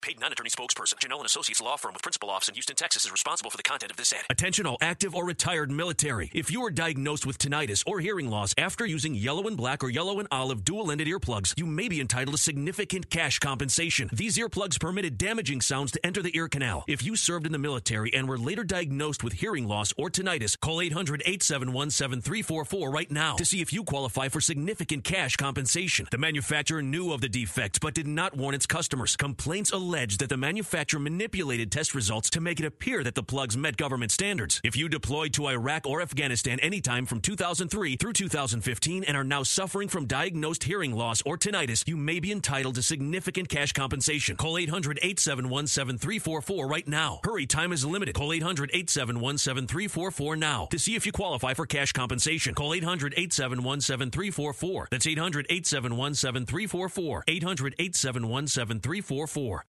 H: Paid non-attorney spokesperson. Janelle and Associates Law Firm with principal office in Houston, Texas is responsible for the content of this ad. Attention all active or retired military. If you are diagnosed with tinnitus or hearing loss after using yellow and black or yellow and olive dual-ended earplugs, you may be entitled to significant cash compensation. These earplugs permitted damaging sounds to enter the ear canal. If you served in the military and were later diagnosed with hearing loss or tinnitus, call 800-871-7344 right now to see if you qualify for significant cash compensation. The manufacturer knew of the defect but did not warn its customers. Complaints allege that the manufacturer manipulated test results to make it appear that the plugs met government standards. If you deployed to Iraq or Afghanistan anytime from 2003 through 2015 and are now suffering from diagnosed hearing loss or tinnitus, you may be entitled to significant cash compensation. Call 800 871 7344 right now. Hurry, time is limited. Call 800 871 7344 now to see if you qualify for cash compensation. Call 800 871 7344. That's 800 871 7344. 800 871 7344.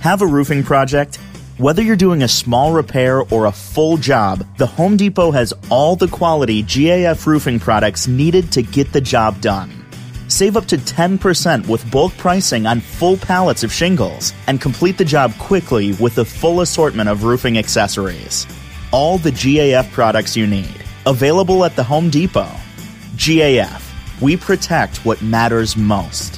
B: Have a roofing project? Whether you're doing a small repair or a full job, the Home Depot has all the quality GAF roofing products needed to get the job done. Save up to 10% with bulk pricing on full pallets of shingles and complete the job quickly with the full assortment of roofing accessories. All the GAF products you need, available at the Home Depot. GAF, we protect what matters most.